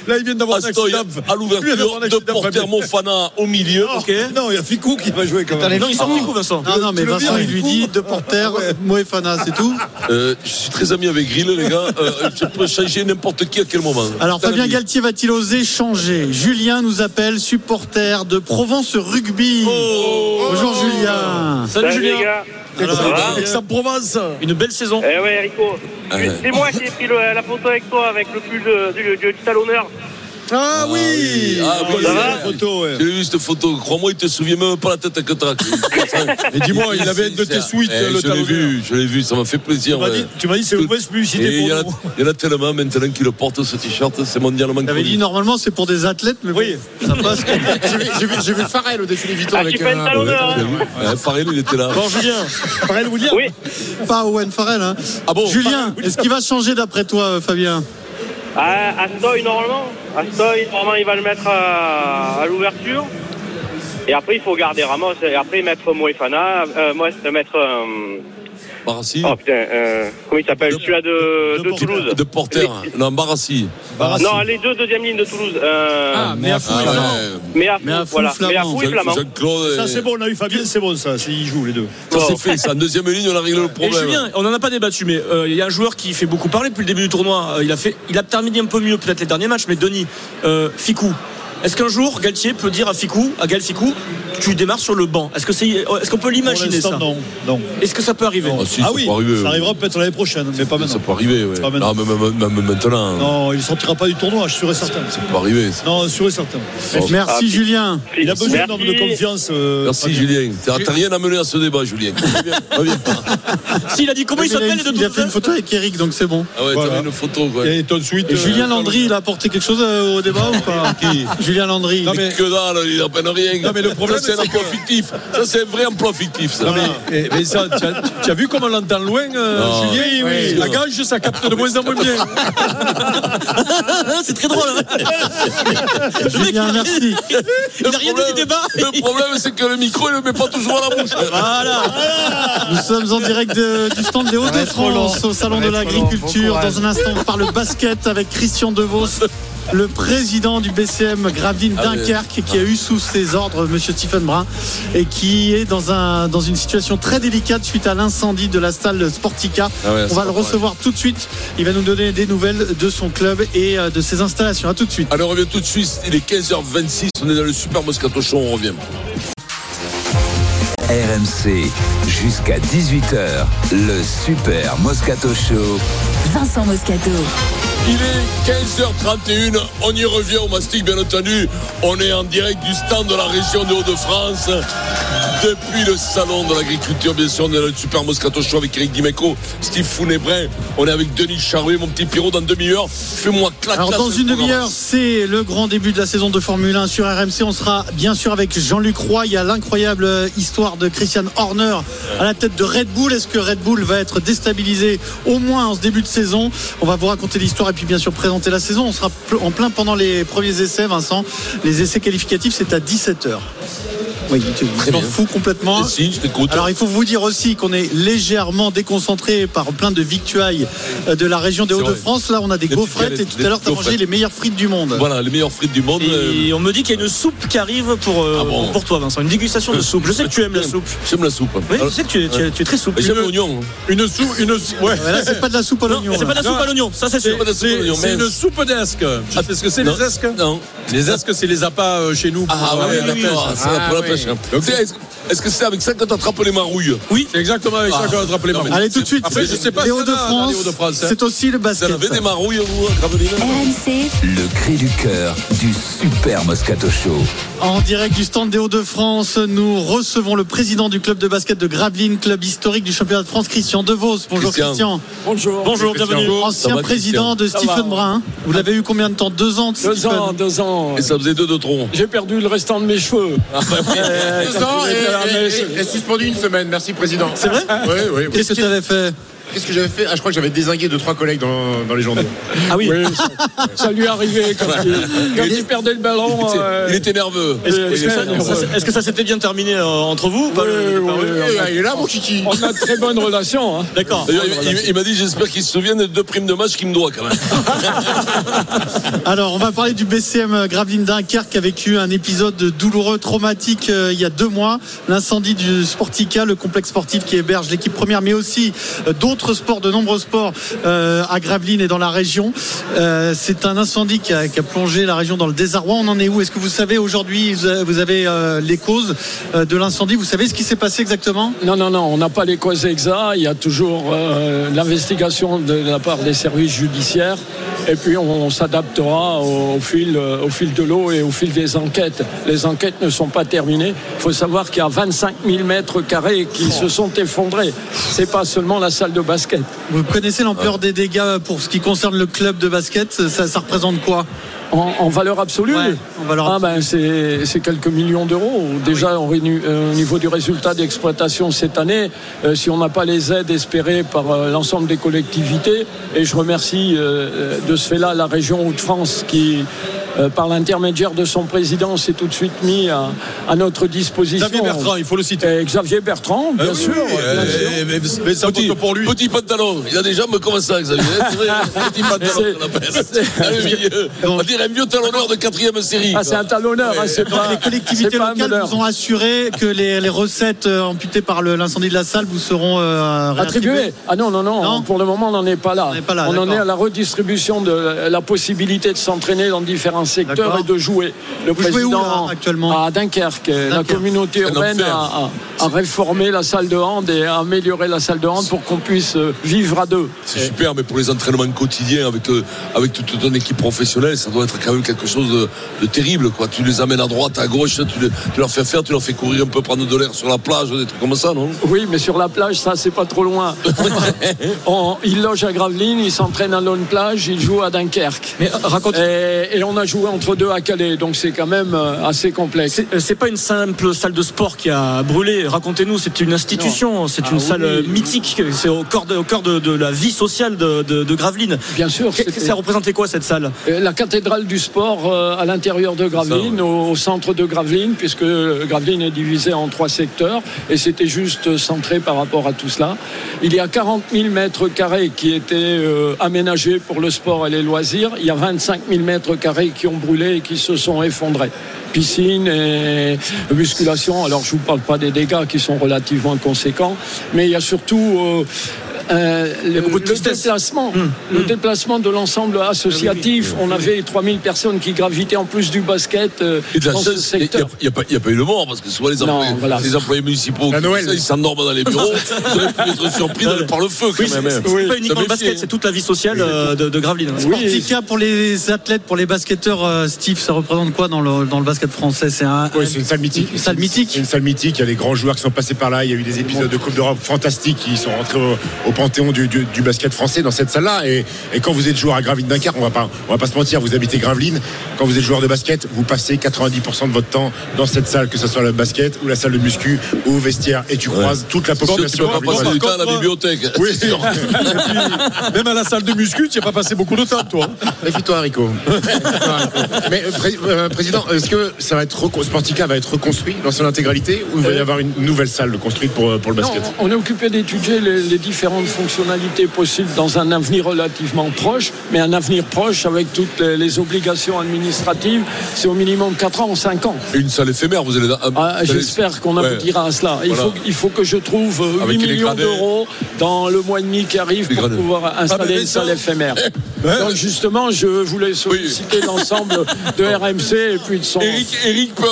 S8: Là, il vient d'avoir un
S3: Astoy
S8: accident.
S3: à l'ouverture, de Porter Mofana au milieu.
S8: Ok. Non, il y a Ficou qui va jouer quand même.
S4: non il sort Ficou Vincent
S7: Non, non, mais Vincent, il lui dit deux porteurs, Moefana, c'est tout.
S3: Euh, je suis très ami avec Grill, les gars. Euh, je peux changer n'importe qui à quel moment.
S7: Alors
S3: Dans la
S7: Fabien
S3: vie.
S7: Galtier va-t-il oser changer Julien nous appelle, supporter de Provence Rugby. Bonjour Julien.
S4: Salut, Julien.
S13: les gars.
S4: Alors,
S13: Ça va
S8: Aix-en-Provence.
S4: Une belle saison.
S13: Eh ouais, Rico.
S4: Ah ouais.
S13: C'est moi qui ai pris le- la photo avec toi, avec le pull de- du, du- du talonneur.
S8: Ah, oui
S3: Ah oui,
S8: Ça
S3: j'ai
S8: va
S3: vu la photo, ouais. J'ai vu cette photo. Crois-moi, il te souvient même pas la tête à catraque.
S8: Mais dis-moi, il avait de tes suites,
S3: Eh,
S8: le
S3: Je l'ai
S8: talonneur.
S3: vu, je l'ai vu, ça m'a fait plaisir.
S8: Tu m'as
S3: ouais.
S8: dit- tu m'as dit, c'est une mauvaise publicité
S3: Et
S8: pour
S3: il y en a-
S8: nous.
S3: Il y en a tellement maintenant qui le portent, ce t-shirt, c'est mondialement
S7: J'avais dit
S3: connu.
S7: normalement c'est pour des athlètes, mais oui, ça passe.
S12: J'ai vu- j'ai vu- j'ai vu Farrell au défilé Vuitton avec euh, un-
S3: Ouais, Farrell, il était là.
S7: Bon, Julien.
S8: Farrell Williams
S7: Oui. Pas Owen Farrell. Hein.
S3: Ah bon
S7: Julien, est-ce qu'il va changer d'après toi, euh, Fabien
S13: Ah, Astoy, normalement. Astoy, normalement, il va le mettre à, à l'ouverture. Et après, il faut garder Ramos. Et après, mettre Moefana. Euh, moi, c'est mettre. euh, Oh
S14: Ah,
S13: putain, euh, comment il s'appelle Celui-là de, de Toulouse.
S3: De porter, non, Barassi.
S13: Non, les deux deuxième ligne de Toulouse. Euh, ah,
S3: mais à fou, Ah, Flamand. ouais.
S13: Mais à fou, voilà. Mais à fou et Flamand.
S8: Ça, c'est bon, on a eu Fabien, c'est bon, ça. c'est- Ils jouent, les deux.
S3: Ça eh, c'est fait, ça. Deuxième ligne, on a réglé le
S13: Ah,
S4: Et
S3: problème.
S4: Julien, on n'en a pas débattu, mais euh, il y a un joueur qui fait beaucoup parler depuis le début du tournoi. Euh, il, a fait, il a terminé un peu mieux peut-être les derniers matchs, mais Denis, euh, Ficou. Est-ce qu'un jour Galtier peut dire à Ficou, à Gal Ficou, tu démarres sur le banc Est-ce que c'est, est-ce qu'on peut l'imaginer
S8: l'instant,
S4: ça
S8: non, non.
S4: Est-ce que ça peut arriver
S3: Ah, si,
S8: ah
S3: ça
S8: oui,
S3: peut arriver,
S8: ça
S3: oui.
S8: arrivera peut-être l'année prochaine, mais pas
S3: Ça
S8: maintenant.
S3: peut arriver, ouais.
S8: Pas maintenant.
S3: Non, mais même, même maintenant. hein.
S8: Non, il ne sortira pas du tournoi, je suis sûr et certain.
S3: Ça peut arriver. ça.
S8: Non, sûr et certain.
S3: Bon.
S7: Merci
S6: Ah,
S7: Julien.
S8: Il a besoin d'un homme de confiance. euh,
S3: Merci
S8: Fabien.
S3: Julien. T'as t'as rien à mener à ce débat, Julien. Ah Reviens pas.
S4: S'il a dit comment il
S7: Mais a
S4: s'appelle
S7: une-
S4: les deux
S7: Il a fait une photo avec Eric, donc c'est bon.
S3: Ah ouais,
S7: Voilà.
S3: t'as mis une photo, quoi.
S8: Et ton suite.
S7: Et Julien Landry, il a apporté quelque chose euh, au débat ou pas Julien Landry.
S3: Non, mais... Que dalle, il n'a peine rien.
S6: Non, mais le problème,
S3: ça, c'est un
S6: c'est
S3: emploi
S6: que-
S3: fictif. Ça, c'est un vrai emploi fictif, ça.
S6: Non, mais, eh, mais ça, tu as, tu as vu comme on l'entend loin, euh,
S3: Non.
S6: Julien oui,
S3: Oui.
S6: La gage, ça capte de moins en moins bien.
S4: hein, c'est très drôle.
S7: Julien, merci.
S4: Il n'a rien dit du débat.
S3: Le problème, c'est que le micro, il ne le met pas toujours à la bouche.
S6: Ah.
S7: Voilà. Nous sommes en direct de- du stand des Hauts-de-France au Salon de l'Agriculture. Dans un instant, on parle basket avec Christian DeVos. Le président du BCM Graveline
S10: Ah, mais-
S7: Dunkerque qui a eu sous ses ordres Monsieur Stephen Brun et qui est dans, un, dans une situation très délicate suite à l'incendie de la salle Sportica.
S10: Ah ouais,
S7: On
S10: c'est
S7: va
S10: pas
S7: le
S10: pareil.
S7: recevoir tout de suite. Il va nous donner des nouvelles de son club et euh, de ses installations. À tout de suite.
S3: Allez, on revient tout de suite. Il est 15h26. On est dans le Super Moscato Show. On revient.
S2: RMC jusqu'à 18h, le Super Moscato Show.
S1: Vincent Moscato.
S3: Il est 15h31, on y revient au Mastic bien entendu. On est en direct du stand de la région des Hauts-de-France. Depuis le salon de l'agriculture, bien sûr, on est dans le Super Moscato Show avec Eric Dimeco, Steve Founébrin, on est avec Denis Charvet, mon petit Pierrot, dans demi-heure. Fais-moi claquer.
S7: Alors
S3: là,
S7: dans
S3: ce
S7: une
S3: programme.
S7: demi-heure, c'est le grand début de la saison de Formule 1 sur RMC. On sera bien sûr avec Jean-Luc Roy. Il y a l'incroyable euh, histoire de Christian Horner à la tête de Red Bull. Est-ce que Red Bull va être déstabilisé au moins en ce début de saison On va vous raconter l'histoire et puis bien sûr présenter la saison. On sera pl- en plein pendant les premiers essais, Vincent. Les essais qualificatifs, c'est à 17h. Oui, tu tu t'en fous complètement.
S3: Et si, je t'écoute.
S7: Alors il faut vous dire aussi qu'on est légèrement déconcentré par plein de victuailles euh, de la région des
S3: C'est vrai.
S7: Hauts-de-France. Là, on a des
S3: Des
S7: gaufrettes
S3: petites
S7: et tout à l'heure, t'as
S3: gaufrettes.
S7: mangé les meilleures frites du monde.
S3: Voilà, les meilleures frites du monde. euh,
S4: Et on me dit qu'il y a une soupe qui arrive pour, euh,
S3: bon
S4: pour toi, Vincent. Une dégustation de soupe. Je sais que tu aimes la soupe.
S3: J'aime la soupe.
S4: Oui, je sais que tu es, tu es- tu es très souple.
S3: J'aime l'oignon.
S6: Une soupe, une soupe. Ouais.
S7: Mais là, c'est pas de la soupe à l'oignon. hein.
S4: C'est pas de la soupe à l'oignon, ça c'est sûr.
S3: pas de la soupe à l'oignon,
S6: C'est
S3: mais- Ah,
S6: une soupe d'esque. Tu sais ce que c'est
S3: Non.
S6: les esques
S3: Non.
S6: Les esques, c'est les appâts euh, chez nous. pour,
S3: Ah,
S6: euh,
S3: ouais,
S6: la pêche.
S3: d'accord, c'est pour la pêche. hein.
S6: Donc,
S3: C'est- Est-ce est-ce que c'est avec ça que t'attrapes les marouilles
S4: Oui.
S6: C'est exactement avec ça
S3: Ah.
S6: qu'on attrape les
S3: Non, mais-
S6: marrons.
S7: Allez, tout de suite.
S6: Après, je sais pas
S7: les
S6: si ça va,
S7: Hauts-de-France,
S6: les Hauts-de-France, hein.
S7: c'est aussi le
S3: Vous en
S7: basket.
S3: avez des marouilles, vous, à Gravelines
S4: Ah.
S1: RMC,
S2: Le cri du cœur du Super Moscato Show.
S7: En direct du stand des Hauts-de-France, nous recevons le président du club de basket de Gravelines, club historique du championnat de France, Christian DeVos. Bonjour
S3: Christian.
S7: Christian.
S14: Bonjour.
S4: Bonjour, bienvenue.
S3: Ça
S7: Ancien
S3: va,
S7: président de
S14: Ça va.
S7: Stephen Brun. Vous l'avez eu combien de temps Deux ans de
S14: Deux
S7: Stephen.
S14: ans, deux ans.
S3: Et ça faisait deux de tronc.
S14: J'ai perdu le restant de mes cheveux. Euh,
S12: Deux ans
S14: t'as trouvé que la
S12: et-
S14: mèche-
S12: et- et- et suspendu une semaine, merci président. Ah, C'est vrai Oui, oui. oui.
S7: Qu'est-ce que tu avais fait
S12: Qu'est-ce que j'avais fait Ah, je crois que j'avais désingué deux, trois collègues dans, dans les journaux.
S4: Ah oui.
S14: ça- ça lui est arrivé quand il, quand il perdait le ballon.
S3: Il était-
S14: euh,
S3: Il était nerveux.
S4: Est-ce
S14: euh,
S4: est-ce que ça-
S14: euh,
S4: ça- ça- est-ce que ça s'était bien terminé euh, entre vous ou pas, le-
S7: Euh,
S4: le
S14: oui,
S4: départ
S14: oui,
S12: Eh, Il est là, mon kiki
S14: On a de très bonne relation.
S4: D'accord.
S3: D'ailleurs, il, il- il m'a dit j'espère qu'il se souvienne des deux primes de match qu'il me doit quand même.
S7: Alors, on va parler du BCM Graveline euh, Dunkerque qui a vécu un épisode douloureux, traumatique euh, il y a deux mois. L'incendie du Sportica, le complexe sportif qui héberge l'équipe première, mais aussi euh, d'autres d'autres sports, de nombreux sports euh, à Gravelines et dans la région. Euh, c'est un incendie qui a, qui a plongé la région dans le désarroi. On en est où Est-ce que vous savez aujourd'hui, vous a- vous avez euh, les causes euh, de l'incendie Vous savez ce qui s'est passé exactement
S14: Non, non, non, on n'a pas les causes exactes. Il y a toujours euh, l'investigation de la part des services judiciaires. Et puis on, on s'adaptera au, au fil, euh, au fil de l'eau et au fil des enquêtes. Les enquêtes ne sont pas terminées. Il faut savoir qu'il y a 25 000 mètres carrés qui se sont effondrés. C'est pas seulement la salle de basket.
S7: Vous connaissez l'ampleur des dégâts euh, pour ce qui concerne le club de basket Ça, ça représente quoi
S14: en, valeur absolue Ah ben c'est c'est quelques millions d'euros. Déjà au rénu- euh, au niveau du résultat d'exploitation cette année, euh, si on n'a pas les aides espérées par euh, l'ensemble des collectivités, et je remercie euh, euh, de ce fait-là la région Hauts-de-France qui, euh, par l'intermédiaire de son président, s'est tout de suite mis à, à notre disposition.
S6: Xavier Bertrand, il
S14: faut le citer. Xavier Bertrand,
S8: Ah
S14: bien sûr. bien sûr.
S3: mais ça petit, pour lui. Petit pantalon. Il a des jambes comme ça, Xavier. hein, c'est vrai, petit pantalon, on appelle. Dans le milieu. On dirait un vieux talonneur de quatrième série.
S14: Ah, c'est un talonneur, hein, c'est
S7: Donc,
S14: pas.
S7: les collectivités
S14: c'est pas un
S7: locales
S14: meneur.
S7: vous ont assuré que les, les recettes euh, amputées par le- l'incendie de la salle vous seront euh,
S14: Attribué
S7: réattribuées.
S14: Ah non, non, non,
S8: Hein
S14: Pour le moment, on n'en est pas là.
S7: pas là,
S14: on en
S7: d'accord.
S14: est à la redistribution de la possibilité de s'entraîner dans différents secteurs
S7: D'accord.
S14: et de jouer. Le Ah,
S7: Vous jouez où, là,
S14: actuellement À Dunkerque. euh, La communauté
S7: Un
S14: urbaine
S7: enfer.
S14: a, a- a réformé la salle de hand et a amélioré la salle de hand pour qu'on puisse euh, vivre à deux.
S3: C'est super, mais pour les entraînements quotidiens avec, euh, avec toute ton équipe professionnelle, ça doit être quand même quelque chose de, de terrible. Quoi. Tu les amènes à droite, à gauche, tu, les- tu leur fais faire, tu leur fais courir un peu, prendre de l'air sur la plage, des trucs comme ça, non
S14: Oui, mais sur la plage, ça, c'est pas trop loin. On- il loge à Gravelines, il s'entraîne à Lone Plage, il joue à Dunkerque. Et, et on a joué entre deux à Calais, donc c'est quand même euh, assez complexe.
S4: Euh, C'est pas une simple salle de sport qui a brûlé. Racontez-nous, c'est une institution,
S14: Non.
S4: c'est
S14: Ah
S4: une
S14: oui.
S4: salle euh, mythique. C'est au corps de, au corps de, de la vie sociale de, de, de Gravelines.
S14: Bien sûr.
S4: Ça représentait quoi cette salle
S14: Euh, La cathédrale du sport euh, à l'intérieur de Gravelines, au au centre de Gravelines, puisque euh, Gravelines est divisée en trois secteurs, et c'était juste euh, centré par rapport à tout cela. Il y a 40 000 mètres carrés qui étaient euh, aménagés pour le sport et les loisirs. Il y a 25 000 mètres carrés qui ont brûlé et qui se sont effondrés. Piscine et musculation. Alors je vous parle pas des dégâts qui sont relativement conséquents, mais il y a surtout euh, euh, le, le déplacement, le déplacement de l'ensemble associatif. On avait 3000 personnes qui gravitaient en plus du basket euh,
S3: Et de la
S14: dans
S3: seule-
S14: ce secteur.
S3: Il n'y a, pas- il y a pas eu de mort parce que souvent les
S14: Non,
S3: employés,
S14: voilà.
S3: les employés municipaux,
S14: À
S3: qui
S14: Noël.
S3: font ça, ils s'endorment dans les bureaux, ils auraient pu être surpris d'aller par le feu quand
S4: Oui, c'est-
S3: même. hein.
S4: c'est pas uniquement
S3: Ça
S4: le basket,
S3: méfie,
S4: c'est toute la vie sociale euh, de, de Gravelines.
S7: Sportica pour les athlètes, pour les basketteurs, euh, Steve, ça représente quoi dans le, dans le basket français C'est un,
S12: Oui, c'est une salle mythique.
S7: Une salle mythique.
S12: C'est une salle mythique. Il y a des grands joueurs qui sont passés par là. Il y a eu des épisodes de Coupe d'Europe fantastiques qui sont rentrés au, au panthéon du, du- du basket français dans cette salle-là. Et, et quand vous êtes joueur à Gravelines Dunkerque, on va pas, on va pas se mentir, vous habitez Gravelines. Quand vous êtes joueur de basket, vous passez 90% de votre temps dans cette salle, que ce soit le basket ou la salle de muscu ou au vestiaire. Et tu croises toute la
S3: C'est sûr, tu
S12: population.
S3: vas pas passer
S12: gravelinoise.
S3: du temps à la bibliothèque.
S12: Oui, c'est sûr.
S6: Même à la salle de muscu, tu n'y as pas passé beaucoup de temps, toi. hein.
S12: Méfie-toi, Rico. Mais euh, pré- euh, président, est-ce que ça va être recon- Sportica va être reconstruit dans son intégralité ou il
S6: Euh,
S12: va y avoir une nouvelle salle construite pour, euh, pour le
S14: Non,
S12: basket
S14: on on est occupé d'étudier les, les différentes fonctionnalités possibles dans un avenir relativement proche, mais un avenir proche avec toutes les, les obligations administratives, c'est au minimum 4 ans, 5 ans.
S3: Une salle éphémère, vous allez.
S14: Ah, J'espère qu'on aboutira à cela. Il, faut, il faut que je trouve euh, 8
S3: Avec les
S14: millions
S3: gradés.
S14: d'euros dans le mois et demi qui arrive pour
S3: gradés.
S14: pouvoir
S3: Ah,
S14: installer
S3: mais
S14: une salle
S3: ça- eh, hein.
S14: éphémère. Donc justement, je voulais solliciter l'ensemble de RMC et puis de son...
S3: Eric, Eric peut,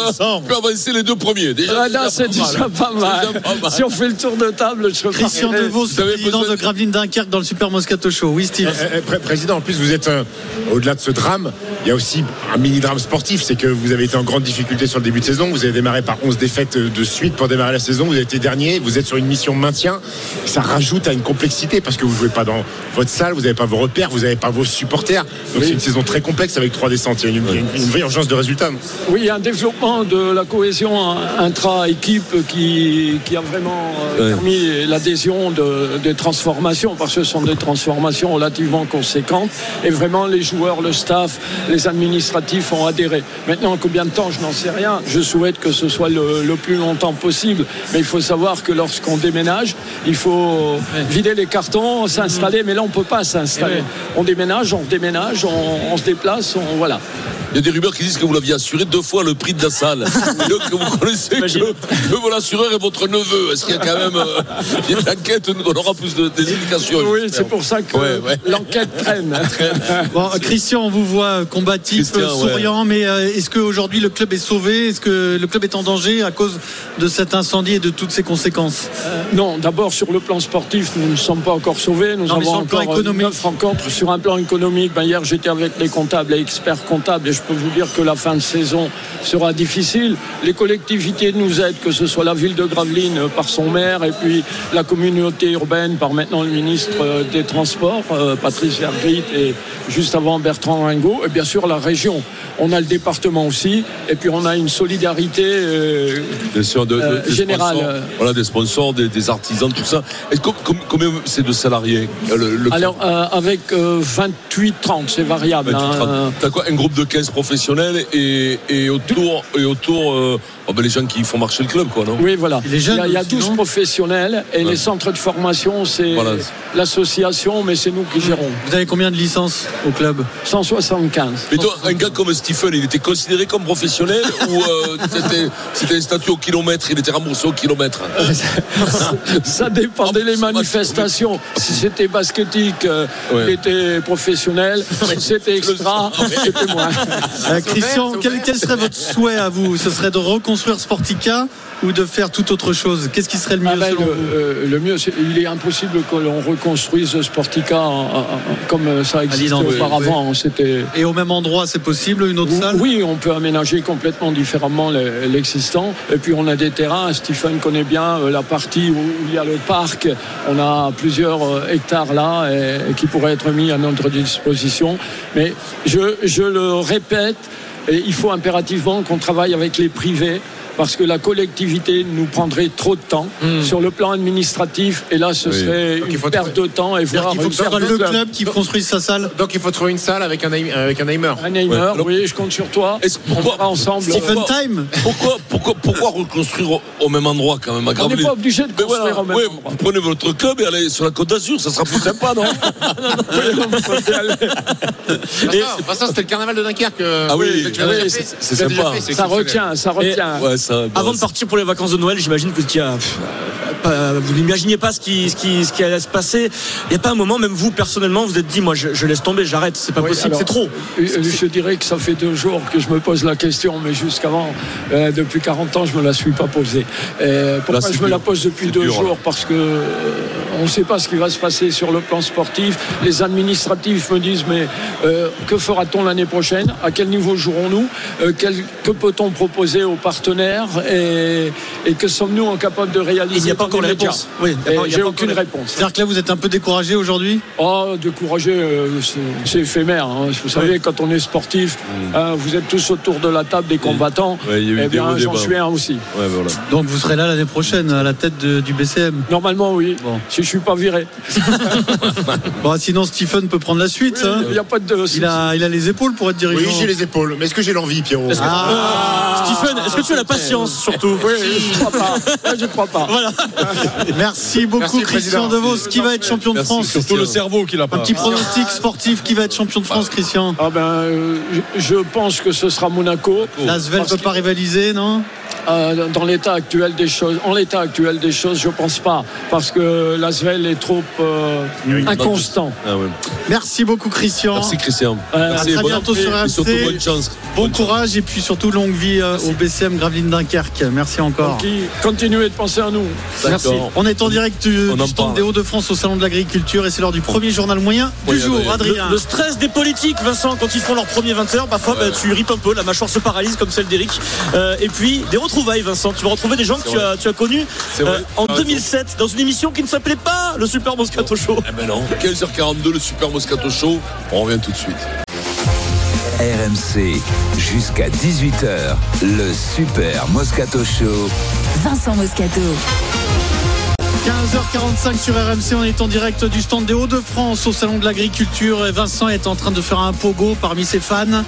S3: peut avancer les deux premiers. Déjà,
S14: Ah, là, c'est déjà pas mal. Si on fait le tour de table, je
S7: Christian
S14: repartirai.
S7: Devaux, président de Gravelines Dunkerque dans le Super Moscato Show. Oui, Steve.
S12: Eh, eh, pré- Président, en plus, vous êtes euh, au-delà de ce drame. Il y a aussi un mini-drame sportif, c'est que vous avez été en grande difficulté sur le début de saison. Vous avez démarré par 11 défaites euh, de suite pour démarrer la saison. Vous avez été dernier. Vous êtes sur une mission maintien. Ça rajoute à une complexité parce que vous jouez pas dans votre salle, vous n'avez pas vos repères, vous n'avez pas vos supporters. Donc c'est une saison très complexe avec trois descentes. Il y a une, il y a une- une vraie urgence de résultats. non
S14: Oui, il y a un développement de la cohésion intra-équipe qui, qui a vraiment euh,
S12: Ouais.
S14: permis l'adhésion de- des transformations, parce que ce sont des transformations relativement conséquentes. Et vraiment, les joueurs, le staff, les administratifs ont adhéré. Maintenant, combien de temps, je n'en sais rien. Je souhaite que ce soit le, le plus longtemps possible. Mais il faut savoir que lorsqu'on déménage, il faut vider les cartons, Mmh. s'installer. Mais là, on ne peut pas s'installer. On déménage, on déménage, on, on se déplace, on, voilà.
S3: Il y a des rumeurs qui disent que vous l'aviez assuré deux fois le prix de la salle. Et donc que vous connaissez que, que mon assureur est votre neveu. Est-ce qu'il y a quand même euh, il y a une enquête nous donnera plus de, des indications
S14: Oui, c'est pour ça que
S3: Ouais, ouais.
S14: l'enquête traîne.
S7: Bon, euh, Christian, on vous voit euh, combatif,
S14: Christian, ouais.
S7: souriant, mais euh, est-ce qu'aujourd'hui le club est sauvé Est-ce que le club est en danger à cause de cet incendie et de toutes ses conséquences
S14: Euh, Non, d'abord sur le plan sportif, nous ne sommes pas encore sauvés. Nous
S7: Non, mais
S14: avons
S7: sur le plan
S14: encore euh,
S7: économique.
S14: 9 rencontres sur un plan économique. Ben, hier, j'étais avec les comptables et experts comptables et je peux vous dire que la fin de saison sera difficile. Les collectivités nous aident, que ce soit la ville de Gravelines euh, par son maire et puis la communauté urbaine par maintenant le ministre euh, des Transports, euh, Patrice Vergrit et juste avant Bertrand Ringot et bien sûr la région. On a le département aussi et puis on a une solidarité euh,
S3: Bien sûr, de, de-
S14: Euh,
S3: des
S14: général,
S3: sponsors,
S14: euh.
S3: voilà, des sponsors, des, des artisans, tout ça. Et com- com- combien c'est de salariés euh, le, le-
S14: Alors, euh, avec euh, 28-30, c'est variable.
S3: Ben, tu te
S14: hein.
S3: rends- T'as quoi Un groupe de 15 professionnels et, et autour, et autour euh, oh ben, les gens qui font marcher le club, quoi, non
S14: Oui, voilà. il y a, il y a
S3: aussi,
S14: 12 professionnels et les centres de formation, c'est
S3: Voilà.
S14: l'association, mais c'est nous qui gérons.
S7: Vous avez combien de licences
S14: Ah,
S7: au club
S14: 175.
S3: Mais toi, un gars comme Stephen, il était considéré comme professionnel ou euh, c'était- c'était un statut au kilomètre, il était remboursé au kilomètre
S14: Ça dépendait des Euh, manifestations. Si c'était baskettique, euh,
S3: Ouais.
S14: il était professionnel. Si c'était extra, c'était moins.
S7: Euh, Christian, quel, quel serait votre souhait à vous Ce serait de reconstruire Sportica ou de faire tout autre chose Qu'est-ce qui serait le mieux
S14: Ah ben,
S7: selon
S14: le,
S7: vous
S14: euh, le mieux, c'est- il est impossible que l'on reconstruise Sportica en- en- en- comme euh, ça existait
S7: Disons, oui,
S14: auparavant. C'était
S7: Et au même endroit, c'est possible Une autre salle
S14: Oui, on peut aménager complètement différemment le- l'existant. Et puis on a des terrains. Stephen connaît bien euh, la partie où il y a le parc. On a plusieurs euh, hectares là et- et qui pourraient être mis à notre disposition. Mais je, je le répète, et il faut impérativement qu'on travaille avec les privés. Parce que la collectivité nous prendrait trop de temps sur le plan administratif, et là ce
S12: Oui.
S14: serait une perte de temps et voire
S7: Ah,
S12: Il faut
S14: une
S12: que ce soit
S14: perte de
S12: le
S14: temps.
S12: club
S7: qui construise sa salle.
S12: Donc il faut trouver une salle avec un aim- avec un aimer.
S14: Un aimer, oui, je compte sur toi.
S3: On
S14: va ensemble.
S3: Pourquoi-
S7: Time
S3: pourquoi, pourquoi, pourquoi reconstruire au, au même endroit quand même à
S14: On n'est
S3: Gravelines
S14: pas obligé de
S3: Mais
S14: construire
S3: voilà,
S14: au même
S3: oui,
S14: endroit.
S3: vous Prenez votre club et allez sur la Côte d'Azur, ça sera plus sympa, non
S12: Vincent, c'était le carnaval de Dunkerque. euh,
S3: Ah oui,
S12: que tu l'as
S3: oui,
S12: déjà
S3: c'est-
S12: fait.
S3: c'est
S12: Tu l'as déjà
S3: sympa.
S12: fait, c'est
S4: Ça
S12: exceptionnel.
S4: retient, ça retient.
S3: Ouais, ça- bah,
S4: Avant de partir pour les vacances de Noël, j'imagine que tu as. pff, pas- vous n'imaginez pas ce qui, ce, qui, ce qui allait se passer. Il n'y a pas un moment, même vous personnellement, vous êtes dit, moi je, je laisse tomber, j'arrête, c'est pas
S14: Oui,
S4: possible,
S14: alors,
S4: c'est trop.
S14: euh, euh, Je dirais que ça fait deux jours que je me pose la question, mais jusqu'avant, euh, depuis 40 ans, je ne me la suis pas posée. Euh, pourquoi
S3: Là, c'est
S14: je me la
S3: dur.
S14: pose depuis
S3: C'est
S14: deux
S3: dur, là.
S14: jours Parce que euh, on ne sait pas ce qui va se passer sur le plan sportif. Les administratifs me disent, mais euh, que fera-t-on l'année prochaine À quel niveau jouerons-nous Euh, quel- Que peut-on proposer aux partenaires Et, et que sommes-nous incapables de réaliser
S4: Il n'y a pas
S14: dans
S4: encore
S14: les
S4: la
S14: médias
S4: réponse. Oui, il
S14: Et
S4: n'y a pas- il n'y a
S14: J'ai
S4: pas
S14: aucune
S4: encore la-
S14: réponse.
S7: C'est-à-dire que là, vous êtes un peu découragé aujourd'hui
S14: Oh, découragé, euh, c'est- c'est éphémère. hein. Vous savez, quand on est sportif,
S7: Mm.
S14: hein, vous êtes tous autour de la table des combattants.
S3: Ouais, il y a eu
S14: eh
S3: des hauts,
S14: bien,
S3: des
S14: j'en
S7: bah.
S3: bas.
S14: suis un aussi.
S3: Ouais, voilà.
S7: Donc vous serez là l'année prochaine à la tête de- du BCM
S14: Normalement, oui. Si je suis pas viré.
S7: Bon, sinon, Stephen peut prendre la suite. hein.
S14: Il n'y a pas de.
S7: Il a, il a les épaules pour être dirigeant.
S12: Oui, j'ai les épaules. Mais est-ce que j'ai l'envie, Pierrot Ah,
S7: Est-ce que-
S4: Stephen, est-ce que tu as la patience surtout
S14: Oui, je crois pas. Ouais, Je crois pas.
S4: Voilà.
S7: Merci beaucoup,
S12: Merci,
S7: Christian
S12: Président.
S7: Devos. Qui va être champion de
S6: Merci,
S7: France
S6: surtout le cerveau qu'il a pas.
S7: Un petit pronostic sportif qui va être champion de France, Christian
S14: Ah ben, euh, je- je pense que ce sera Monaco.
S7: L'Asvel ne
S14: Parce
S7: peut pas rivaliser, non
S14: Euh, dans l'état actuel des choses, en l'état actuel des choses, je pense pas, parce que l'Asvel est trop euh, inconstant.
S3: Ah ouais.
S7: Merci beaucoup, Christian.
S3: Merci Christian.
S14: Euh,
S7: à
S3: Merci,
S7: très
S3: bonne-
S7: bientôt sur
S3: et surtout
S7: RMC.
S3: bonne chance.
S7: Bon courage et puis surtout longue vie euh, au BCM Gravelines Dunkerque. Merci encore.
S14: Qui continuez de penser à nous.
S7: Merci. On est en direct du, du stand des Hauts-de-France au Salon de l'Agriculture et c'est l'heure du premier journal moyen du jour. Adrien.
S4: Le, le stress des politiques, Vincent, quand ils font leur premier 20 heures, parfois bah, tu ripes un peu, la mâchoire se paralyse comme celle d'Eric. Euh, et puis des retrouvailles, Vincent. Tu vas retrouver des gens que
S3: C'est
S4: tu
S3: vrai.
S4: as, tu as connus euh,
S3: C'est vrai.
S4: en
S3: Ah,
S4: 2007 dans une émission qui ne s'appelait pas le Super Moscato Show.
S3: Eh ben non. 15h42, le Super Moscato Show. On revient tout de suite.
S2: RMC, jusqu'à 18h, le Super Moscato Show.
S1: Vincent Moscato.
S7: 15h45 sur RMC, on est en direct du stand des Hauts-de-France au Salon de l'Agriculture. Et Vincent est en train de faire un pogo parmi ses fans.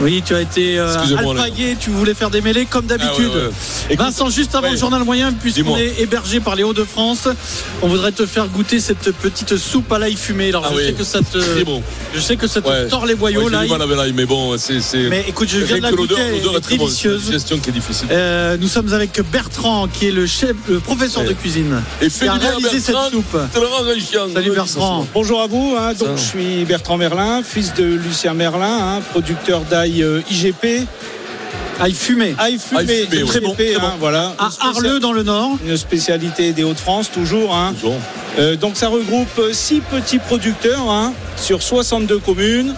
S7: Oui, tu as été euh,
S4: Excusez-moi, là.
S7: alpagué, tu voulais faire des mêlées comme d'habitude.
S4: Ah ouais, ouais, ouais. Écoute,
S7: Vincent, juste avant
S4: ouais.
S7: le journal moyen, puisqu'on
S4: Dis-moi.
S7: est hébergé par les Hauts-de-France, on voudrait te faire goûter cette petite soupe à l'ail fumée. Alors,
S3: Ah
S7: je,
S3: oui.
S7: sais que ça te,
S3: C'est bon.
S7: je sais que ça te
S3: Ouais.
S7: tord les boyaux,
S3: Ouais, j'ai
S7: là.
S3: du mal avec l'ail, mais bon, c'est. c'est-
S7: Mais écoute, je viens de
S3: Rien
S7: la
S3: que l'odeur-
S7: goûter, elle
S3: l'odeur
S7: est
S3: est très bonne. C'est la
S7: délicieuse.
S3: digestion qui est difficile.
S7: Euh, nous sommes avec Bertrand, qui est le chef, le professeur de cuisine,
S3: Et
S7: qui a
S3: félicitations,
S7: réalisé cette
S3: Bertrand.
S7: soupe. Salut Bertrand.
S15: Bonjour à vous. hein. donc, je suis Bertrand Merlin, fils de Lucien Merlin, hein, producteur d'ail euh, IGP.
S7: Ail fumé.
S15: Ail fumé.
S7: Ail fumé, très bon, très bon.
S15: voilà.
S7: À Arleux, dans le Nord.
S15: Une spécialité des Hauts-de-France, toujours. hein. Euh, donc, ça regroupe six petits producteurs hein, sur 62 communes.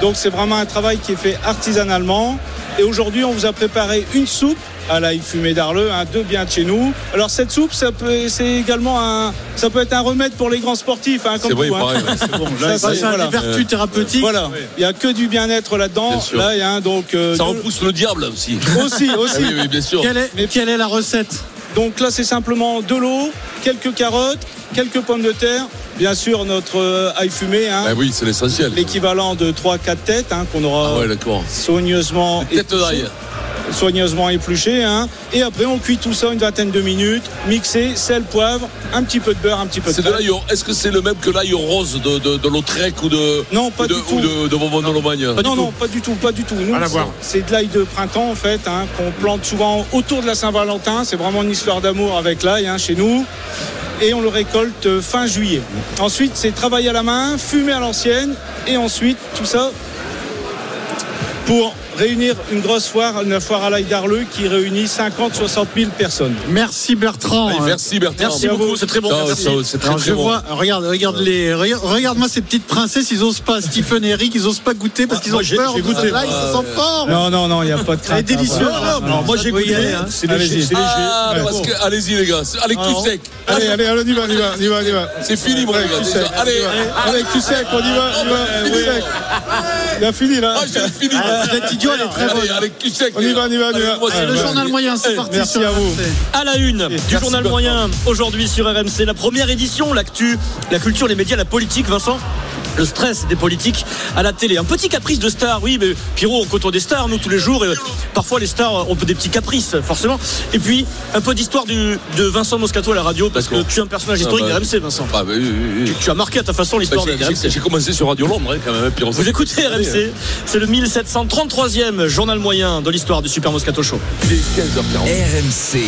S15: Donc, c'est vraiment un travail qui est fait artisanalement. Et aujourd'hui, on vous a préparé une soupe à l'ail fumé d'Arleux, hein, deux bien de chez nous. Alors, cette soupe, ça peut, c'est également un, ça peut être un remède pour les grands sportifs, hein, comme
S3: C'est vrai,
S15: vous, hein.
S3: pareil, ouais, c'est bon.
S15: Ça,
S3: Là, c'est-
S15: c'est- Euh,
S3: ça a des vertus thérapeutiques.
S15: Voilà. Il n'y a que du bien-être là-dedans.
S3: Bien sûr.
S7: Bah,
S15: Là, il y a un, donc. euh,
S3: Ça
S15: de-
S3: repousse le diable aussi.
S15: aussi, aussi.
S3: Ah oui, oui, bien sûr.
S7: quelle est la recette
S15: Donc là, c'est simplement de l'eau, quelques carottes, quelques pommes de terre, bien sûr notre euh, ail fumé, hein,
S3: Ah oui, c'est l'essentiel.
S15: l'équivalent de 3-4 têtes hein, qu'on aura
S3: Ah ouais, d'accord.
S15: soigneusement
S3: Tête d'ail.
S15: soigneusement épluché. hein. Et après, on cuit tout ça une vingtaine de minutes, mixé, sel, poivre, un petit peu de beurre, un petit peu de
S3: C'est de
S15: sel.
S3: l'ail. Est-ce que c'est le même que l'ail rose de, de, de l'Autrec ou de
S15: non pas
S3: de,
S15: du tout.
S3: ou de, de Bourbon de Lomagne
S15: non, non, pas du tout, pas du tout. Nous,
S3: Rien à
S15: c'est-
S3: voir.
S15: c'est de l'ail de printemps en fait, hein, qu'on plante souvent autour de la Saint-Valentin. C'est vraiment une histoire d'amour avec l'ail hein, chez nous. Et on le récolte euh, fin juillet. Ensuite, c'est travailler à la main, fumer à l'ancienne, et ensuite tout ça pour réunir une grosse foire, une foire à l'ail d'Arleux qui réunit 50-60 000 personnes.
S7: Merci Bertrand.
S15: Allez, merci Bertrand.
S7: Merci
S15: Bravo.
S7: beaucoup, c'est très bon.
S15: Ça,
S7: merci.
S15: ça, c'est très,
S7: Alors,
S15: très
S7: je
S15: bon.
S7: vois, regarde, regarde les, regarde- regarde-moi ces petites princesses, ils osent pas, Stephen et Eric, ils osent pas goûter parce qu'ils ont
S15: Ah, moi, j'ai-
S7: peur.
S15: j'ai goûté.
S7: Là, ils se sentent forts.
S15: Non, non, non, il n'y a pas de crainte.
S7: Elle est délicieuse.
S15: hein, voilà.
S7: Non, non, mais moi, j'ai
S15: Ça doit y
S7: goûté.
S15: aller, hein.
S7: C'est léger,
S15: Allez-y.
S7: c'est léger.
S3: Ah,
S15: Ouais.
S3: parce que allez-y les gars, C'est- allez cul
S15: Alors,
S3: sec.
S15: Ah, Allez, allez, allez, on y va, on y va, on y va, on y va.
S3: C'est fini mon gars.
S15: Allez, cul
S3: déjà.
S15: sec,
S3: Allez, ah,
S15: allez, cul sec, on y va, on y va,
S16: Eh,
S15: cul sec. Il a fini là.
S3: Ah, j'ai fini.
S7: Cette idiot, elle est très bonne.
S3: Allez, allez cul sec.
S15: On y va, on y va, on y va.
S3: Allez, moi,
S4: C'est le
S3: allez.
S4: journal moyen, c'est
S3: Eh,
S4: parti
S15: Merci
S4: sur
S15: à vous.
S4: À la une du
S15: Merci
S4: journal
S15: beaucoup.
S4: moyen aujourd'hui sur RMC, la première édition, l'actu, la culture, les médias, la politique, Vincent le stress des politiques à la télé. Un petit caprice de star, oui, mais Pierrot, on côtoie des stars, nous, tous les jours. Et euh, parfois, les stars ont des petits caprices, forcément. Et puis, un peu d'histoire du- de Vincent Moscato à la radio, parce que tu es un personnage historique
S3: Ah, bah,
S4: de RMC, Vincent.
S3: Ah, bah, oui, oui, oui.
S4: Tu- Tu as marqué à ta façon l'histoire
S3: Bah, j'ai-
S4: des
S3: j'ai-
S4: RMC.
S3: J'ai commencé sur Radio Londres hein, quand même. puis on s'est-
S4: Vous écoutez RMC, c'est le 1733e journal moyen de l'histoire du Super Moscato Show.
S2: RMC.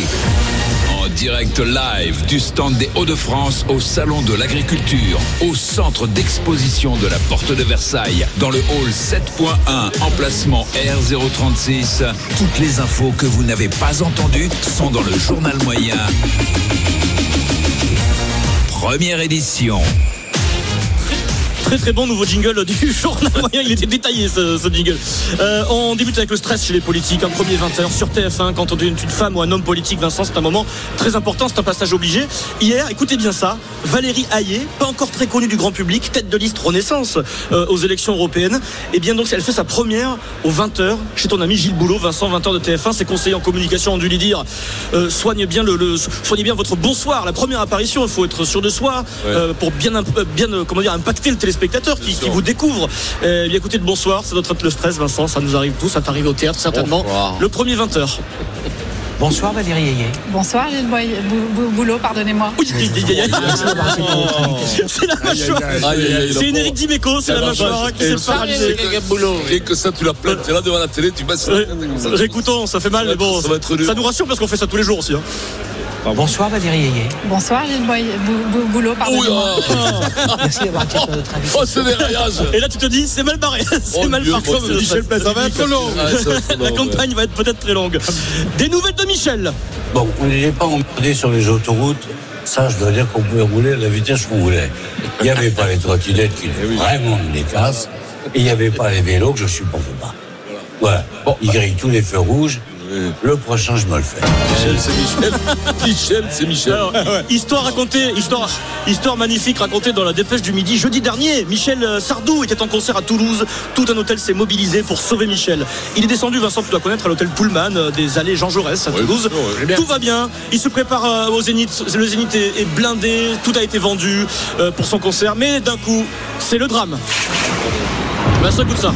S2: En direct live du stand des Hauts-de-France au Salon de l'Agriculture, au centre d'exposition de la Porte de Versailles, dans le hall 7.1, emplacement R036. Toutes les infos que vous n'avez pas entendues sont dans le journal moyen. Première édition.
S4: Très très bon nouveau jingle du journal moyen, il était détaillé ce, ce jingle. Euh, on débute avec le stress chez les politiques, un premier 20h sur TF1, quand on devient une femme ou un homme politique, Vincent, c'est un moment très important, c'est un passage obligé. Hier, écoutez bien ça, Valérie Hayé, pas encore très connue du grand public, tête de liste Renaissance euh, aux élections européennes, et bien donc elle fait sa première aux 20h chez ton ami Gilles Boulot, Vincent, 20h de TF1, ses conseillers en communication ont dû lui dire euh, soigne bien le, le- soignez bien votre bonsoir, la première apparition, il faut être sûr de soi,
S3: Ouais.
S4: euh, pour bien, imp- euh, bien euh, comment dire, impacter le téléspéctateur qui, qui vous découvre. Euh, bien écoutez, le bonsoir, ça doit être le stress, Vincent, ça nous arrive tous, ça t'arrive au théâtre certainement.
S17: Bonsoir.
S4: Le premier 20h.
S17: Bonsoir Valérie Ayé.
S18: Bonsoir Gilles Boy- Bou- Bou- Boulot, pardonnez-moi.
S4: C'est la mâchoire.
S3: Aïe, aïe, aïe,
S4: C'est une
S3: la
S4: Eric
S3: pauvre.
S4: Dimeco, c'est la
S3: Ah,
S4: mâchoire
S3: vache.
S4: qui s'est
S3: Et ça,
S4: paralysée.
S3: c'est un boulot. Et que ça, tu la plates, t'es là devant la télé, tu passes.
S4: Ouais. Récoutons, ça fait mal, mais bon, ça nous rassure parce qu'on fait ça tous les jours aussi. hein.
S17: Bonsoir Valérie Ayé.
S18: Bonsoir Gilles Boy- Bou- Bou- Boulot, pardonnez-moi.
S17: Merci d'avoir été sur notre invité.
S3: Oh, ce déraillage
S4: Et là, tu te dis, c'est mal barré, c'est
S3: Oh
S4: mal
S3: Dieu,
S4: parti.
S3: oh, c'est Michel Platini
S4: Ça va être
S3: qui a fait
S4: long.
S3: ça. Ouais, ça va être long,
S4: La
S3: ouais.
S4: campagne va être peut-être très longue. Des nouvelles de Michel.
S19: Bon, on n'était pas emmerdé sur les autoroutes. Ça, je dois dire qu'on pouvait rouler à la vitesse qu'on voulait. Il n'y avait pas les trottinettes qui
S15: Eh
S19: vraiment nous les cassent. Et il n'y avait pas les vélos que je supporte pas. Voilà. Bon, ils grillent tous les feux rouges.
S2: Euh.
S19: Le prochain, je me le fais.
S3: Michel, c'est Michel. Michel, c'est Michel.
S4: Alors, histoire racontée, histoire, histoire magnifique racontée dans la dépêche du midi. Jeudi dernier, Michel euh, Sardou était en concert à Toulouse. Tout un hôtel s'est mobilisé pour sauver Michel. Il est descendu, Vincent, tu dois connaître, à l'hôtel Pullman euh, des allées Jean Jaurès à Toulouse. Tout va bien. Il se prépare euh, au Zénith. Le Zénith est, est blindé. Tout a été vendu euh, pour son concert. Mais d'un coup, c'est le drame. Vincent, écoute Eh ben, ça.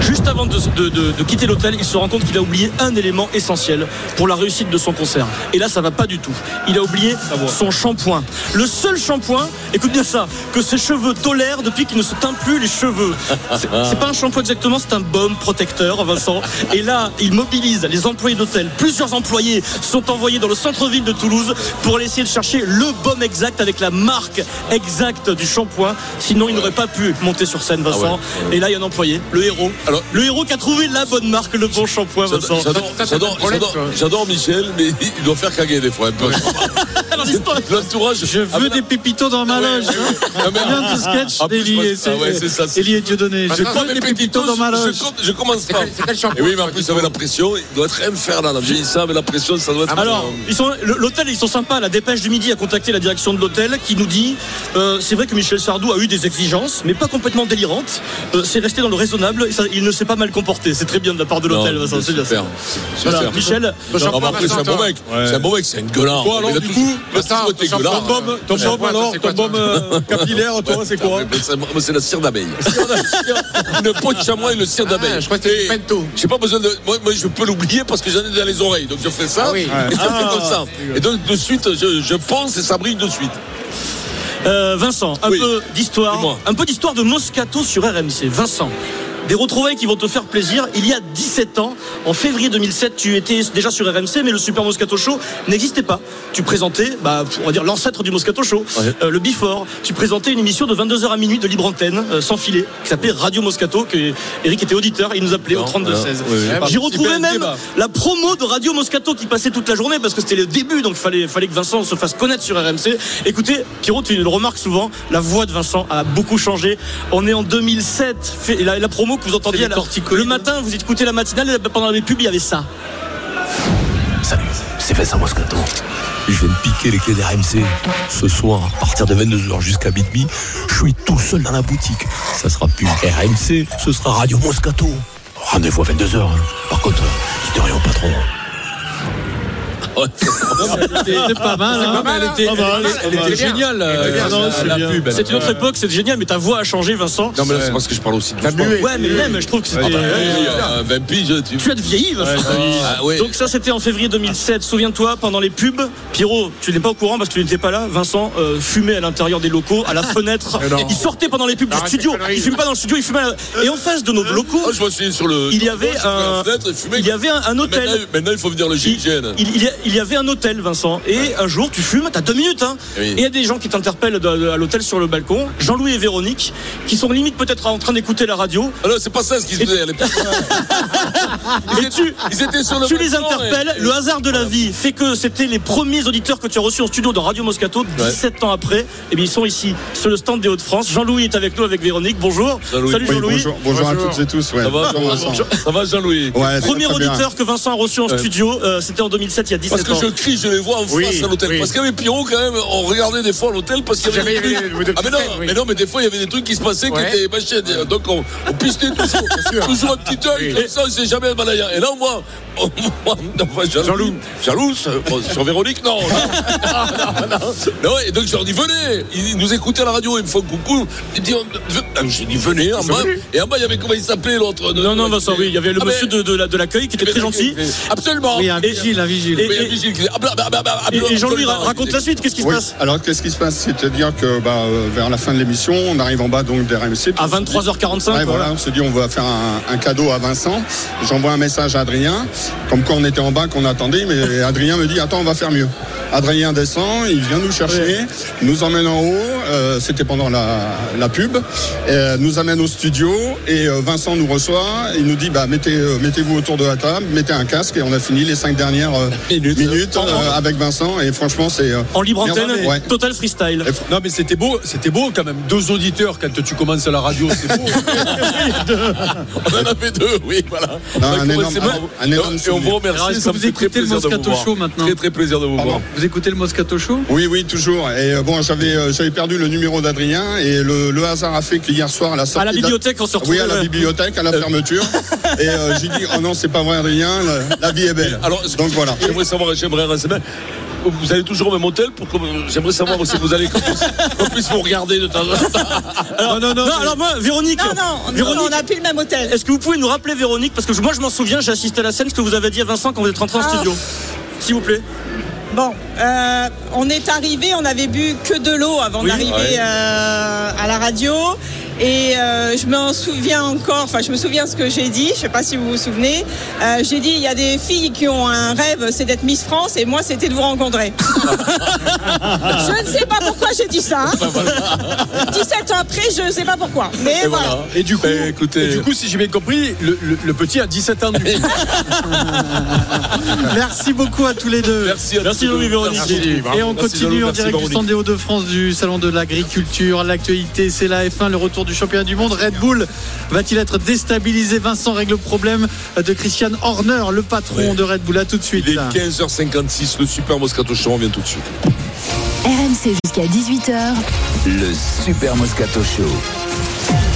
S4: Juste avant de, de- de- de quitter l'hôtel, il se rend compte qu'il a oublié un élément essentiel pour la réussite de son concert. Et là, ça va pas du tout. Il a oublié son shampoing. Le seul shampoing, écoute bien ça, que ses cheveux tolèrent depuis qu'il ne se teint plus les cheveux. C'est c'est pas un shampoing exactement, c'est un baume protecteur, Vincent. Et là, il mobilise les employés d'hôtel. Plusieurs employés sont envoyés dans le centre-ville de Toulouse pour aller essayer de chercher le baume exact avec la marque exacte du shampoing. Sinon, il n'aurait pas pu monter sur scène,
S3: Ah
S4: Vincent. Et là, il y a un employé, le héros. le héros qui a trouvé la bonne marque, le bon shampoing, Vincent.
S3: J'adore- J'adore, j'adore- j'adore- j'adore Michel, mais il doit faire caguer des fois un peu. L'entourage. Je
S7: veux des pépitos dans ma loge. Bien de ce sketch d'Eli et- Eli et Dieudonné. Je veux des pépitos dans ma loge.
S3: Je, com- je commence
S7: C'est
S3: pas.
S7: quel- c'est quel shampoing,
S3: Et oui, mais en plus, avec la pression, il doit être infernal. J'ai dit ça, mais la pression, Ah, bah, ça doit être.
S4: Alors, ils sont- le- l'hôtel, ils sont sympas. La dépêche du midi a contacté la direction de l'hôtel qui nous dit euh, c'est vrai que Michel Sardou a eu des exigences, mais pas complètement délirantes. Euh, c'est resté dans le raisonnable. et ça- il ne s'est pas mal comporté. C'est très bien de la part de l'hôtel.
S3: Non,
S4: Vincent, c'est bien
S3: super,
S4: ça.
S3: super.
S4: Voilà, Michel.
S3: Ton shampoing, Ah, bah après, c'est un Vincent, bon mec. toi. C'est un bon mec, c'est un gueulard.
S6: Toi, alors,
S3: Il a
S6: du
S3: tout-
S6: coup,
S3: il a toujours été
S6: ton
S3: gueulard.
S6: bombe, ton
S3: Ouais.
S6: bombe,
S3: Ouais,
S6: alors,
S3: c'est
S6: ton
S3: quoi,
S6: bombe euh, capillaire, toi, c'est quoi
S3: Mais ça- moi, C'est la cire d'abeille. une peau de chamois et le cire d'abeille. je crois que c'est pento. J'ai pas besoin de. Moi, moi, je peux l'oublier parce que j'en ai dans les oreilles. Donc je fais ça et je
S4: Ah.
S3: fais comme ça. Et donc de suite, je, je pense et ça brille de suite.
S4: Euh, Vincent, un peu d'histoire. Un peu d'histoire de Moscato sur RMC. Vincent. Des retrouvailles qui vont te faire plaisir. Il y a 17 ans, en février 2007, tu étais déjà sur RMC, mais le Super Moscato Show n'existait pas. Tu présentais, bah, on va dire l'ancêtre du Moscato Show, euh, le Before. Tu présentais une émission de 22h à minuit de libre antenne, euh, sans filet, qui s'appelait Radio Moscato, que Eric était auditeur, et il nous appelait au
S3: Non,
S4: 32 16.
S3: non, oui, oui.
S4: J'y
S3: Participer à
S4: retrouvais
S3: un
S4: même
S3: débat.
S4: la promo de Radio Moscato qui passait toute la journée parce que c'était le début, donc fallait, fallait que Vincent se fasse connaître sur RMC. Écoutez, Pierrot, tu le remarques souvent, la voix de Vincent a beaucoup changé. On est en 2007, fait- la, la promo que vous entendiez à la- le matin, vous écoutez la matinale, et pendant les pubs, il y avait ça.
S20: Salut, c'est Vincent Moscato. Je vais me piquer les clés d'RMC. Ce soir, à partir de 22h jusqu'à minuit, je suis tout seul dans la boutique. Ça sera plus RMC, ce sera Radio Moscato. Rendez-vous à 22h. hein. Par contre, euh, dites rien au patron.
S7: C'est pas mal. hein. Pas mal, pas mal.
S3: Elle était bien,
S4: Non,
S3: la-
S4: Ah, c'est
S3: euh, la
S4: bien.
S3: pub, elle
S4: C'est une autre
S3: était-
S4: époque, c'est génial, mais ta voix a changé, Vincent.
S3: Non, mais là, c'est parce que je parle aussi de
S4: T'as
S3: sport.
S4: mué. Ouais, mais même, je trouve que c'était-
S3: Ah bah, oui, euh, 20 piges, tu.
S4: Tu as de vieilli, Vincent.
S3: Ouais, ah, ouais.
S4: Donc ça, c'était en février 2007. Souviens-toi, pendant les pubs, Pierrot, tu n'es pas au courant parce que tu n'étais pas là. Vincent euh, fumait à l'intérieur des locaux, à la fenêtre.
S3: Mais non.
S4: Il sortait pendant les pubs du studio. Il fume pas dans le studio, il fumait. à la- Et en face de nos locaux,
S3: Euh, oh, je me suis sur le.
S4: il y avait
S3: sur la
S4: un-
S3: fenêtre et fumé.
S4: il y avait un- un hôtel.
S3: Maintenant, maintenant, il faut venir le GIGN.
S4: il, il y a- il y avait un hôtel, Vincent, et un jour tu fumes, t'as deux minutes, hein,
S3: Oui.
S4: et il y a des gens qui t'interpellent de- de- à l'hôtel sur le balcon, Jean-Louis et Véronique, qui sont limite peut-être en train d'écouter la radio.
S3: Ah non, c'est pas ça ce qu'ils faisaient à l'époque.
S4: Et tu,
S3: ils étaient sur le
S4: tu
S3: balcon,
S4: les interpelles,
S3: et-
S4: le hasard de la vie fait que c'était les premiers auditeurs que tu as reçus en studio de Radio Moscato 17 ans après, et bien ils sont ici, sur le stand des Hauts-de-France. Jean-Louis est avec nous, avec Véronique, bonjour. Salut
S16: Oui,
S4: Jean-Louis.
S16: Bonjour, bonjour à toutes et tous. ouais.
S4: Ça va,
S16: Bonjour, Vincent.
S3: Ça va, Jean-Louis
S16: Ouais, ça va
S4: Premier
S16: très bien.
S4: auditeur que Vincent a reçu en
S16: Ouais.
S4: studio, euh, c'était en 2007, il y a 17
S3: Parce que
S4: ans.
S3: je crie, je les vois en
S4: Oui,
S3: face à l'hôtel.
S4: oui.
S3: Parce qu'il y avait Pierrot quand même, on regardait des fois à l'hôtel parce qu'il y avait
S4: J'avais
S3: des
S4: eu
S3: trucs. Ah mais non, mais non, mais des fois il y avait des trucs qui se passaient
S4: Ouais.
S3: qui étaient machins. Donc on, on pistait toujours, toujours un petit œil comme ça, on sait jamais le malaya. Et là on voit, on voit, on voit jaloux, jaloux euh, sur Véronique, non. non, non, non. Non, et donc je leur dis venez, ils nous écoutaient à la radio, ils me font coucou. Ils disent, Ah, j'ai dit venez en
S4: Ils sont
S3: bas.
S4: venus.
S3: Et en bas il y avait comment il s'appelait l'autre.
S4: Non, non, Vincent, oui, il y avait le
S3: Ah, mais-
S4: monsieur de, de la- de l'accueil qui était très gentil.
S3: Absolument.
S4: Oui, un vigile, un vigile.
S3: Et,
S4: Et- et-
S3: Ah,
S4: Et- et Jean-Louis, ra- raconte la suite, qu'est-ce qui se
S16: Oui.
S4: passe
S16: Alors, qu'est-ce qui se passe C'est-à-dire que bah, euh, vers la fin de l'émission, on arrive en bas donc d'RMC.
S4: À 23h45,
S16: Ouais,
S4: quoi.
S16: voilà, on se dit on va faire un, un cadeau à Vincent. J'envoie un message à Adrien, comme quoi on était en bas, qu'on attendait, mais Adrien me dit attends, on va faire mieux. Adrien descend, il vient nous chercher, nous emmène en haut, euh, c'était pendant la, la pub, euh, nous amène au studio et euh, Vincent nous reçoit, il nous dit bah, mettez, euh, mettez-vous autour de la table, mettez un casque et on a fini les cinq dernières euh, minutes, euh, avec Vincent et franchement c'est... euh,
S4: En libre
S16: Bien
S4: antenne,
S16: vrai, ouais.
S4: total freestyle.
S6: Non mais c'était beau, c'était beau quand même. Deux auditeurs quand tu commences à la radio, c'est beau.
S3: On en a fait deux, oui, voilà.
S16: Non, un énorme, un énorme
S3: Et on vous remercie.
S7: Alors, est-ce que
S3: ça
S7: vous
S3: me fait très
S7: écoutez le
S3: plaisir de vous
S7: Moscato
S3: voir.
S7: Show maintenant
S3: Très très plaisir de vous voir.
S7: Vous écoutez le Moscato Show
S16: Oui, oui, toujours. Et euh, bon, j'avais euh, j'avais perdu le numéro d'Adrien et le, le hasard a fait qu'hier soir à la sortie
S4: À la
S16: de
S4: bibliothèque, on se retrouve.
S16: Oui, à la bibliothèque, à la fermeture. et euh, j'ai dit oh non, c'est pas vrai, Adrien. La, la vie est belle.
S3: Alors,
S16: donc voilà.
S3: J'aimerais savoir, j'aimerais renseigner. Vous allez toujours au même hôtel pour que j'aimerais savoir si vous allez qu'on puisse, qu'on puisse vous regarder de temps en temps.
S4: Alors, non, non, non. alors moi, Véronique.
S21: Non, non,
S4: Véronique,
S21: non, on n'a plus le même hôtel.
S4: Est-ce que vous pouvez nous rappeler, Véronique Parce que je- moi, je m'en souviens, j'ai assisté à la scène, ce que vous avez dit à Vincent quand vous êtes rentré en studio. S'il vous plaît.
S21: Bon, euh, on est arrivé, on avait bu que de l'eau avant
S4: Oui,
S21: d'arriver
S4: ouais.
S21: euh, à la radio. Et euh, je m'en souviens encore, enfin je me souviens ce que j'ai dit, je sais pas si vous vous souvenez. Euh, j'ai dit, il y a des filles qui ont un rêve, c'est d'être Miss France, et moi c'était de vous rencontrer. je ne sais pas pourquoi j'ai dit ça. hein. 17 ans après, je ne sais pas pourquoi. Mais voilà.
S6: Et du coup,
S3: Ben,
S6: et du coup, si j'ai bien compris, le, le- le petit a 17 ans. du coup.
S7: Merci beaucoup à tous les deux.
S3: Merci, à
S6: Merci,
S7: tous les
S6: Louis
S7: deux.
S6: Véronique.
S7: Et
S6: Merci,
S7: on
S6: Louis.
S7: continue
S6: Merci,
S7: en direct du
S6: Véronique.
S7: stand des Hauts-de-France du Salon de l'Agriculture. L'actualité, c'est la F1, le retour du championnat du monde. Red Bull va-t-il être déstabilisé Vincent règle le problème de Christian Horner, le patron de Red Bull. À tout de suite.
S3: Il est 15h56, le super Moscato Show, on vient tout de suite.
S1: RMC jusqu'à 18h.
S2: Le Super Moscato Show.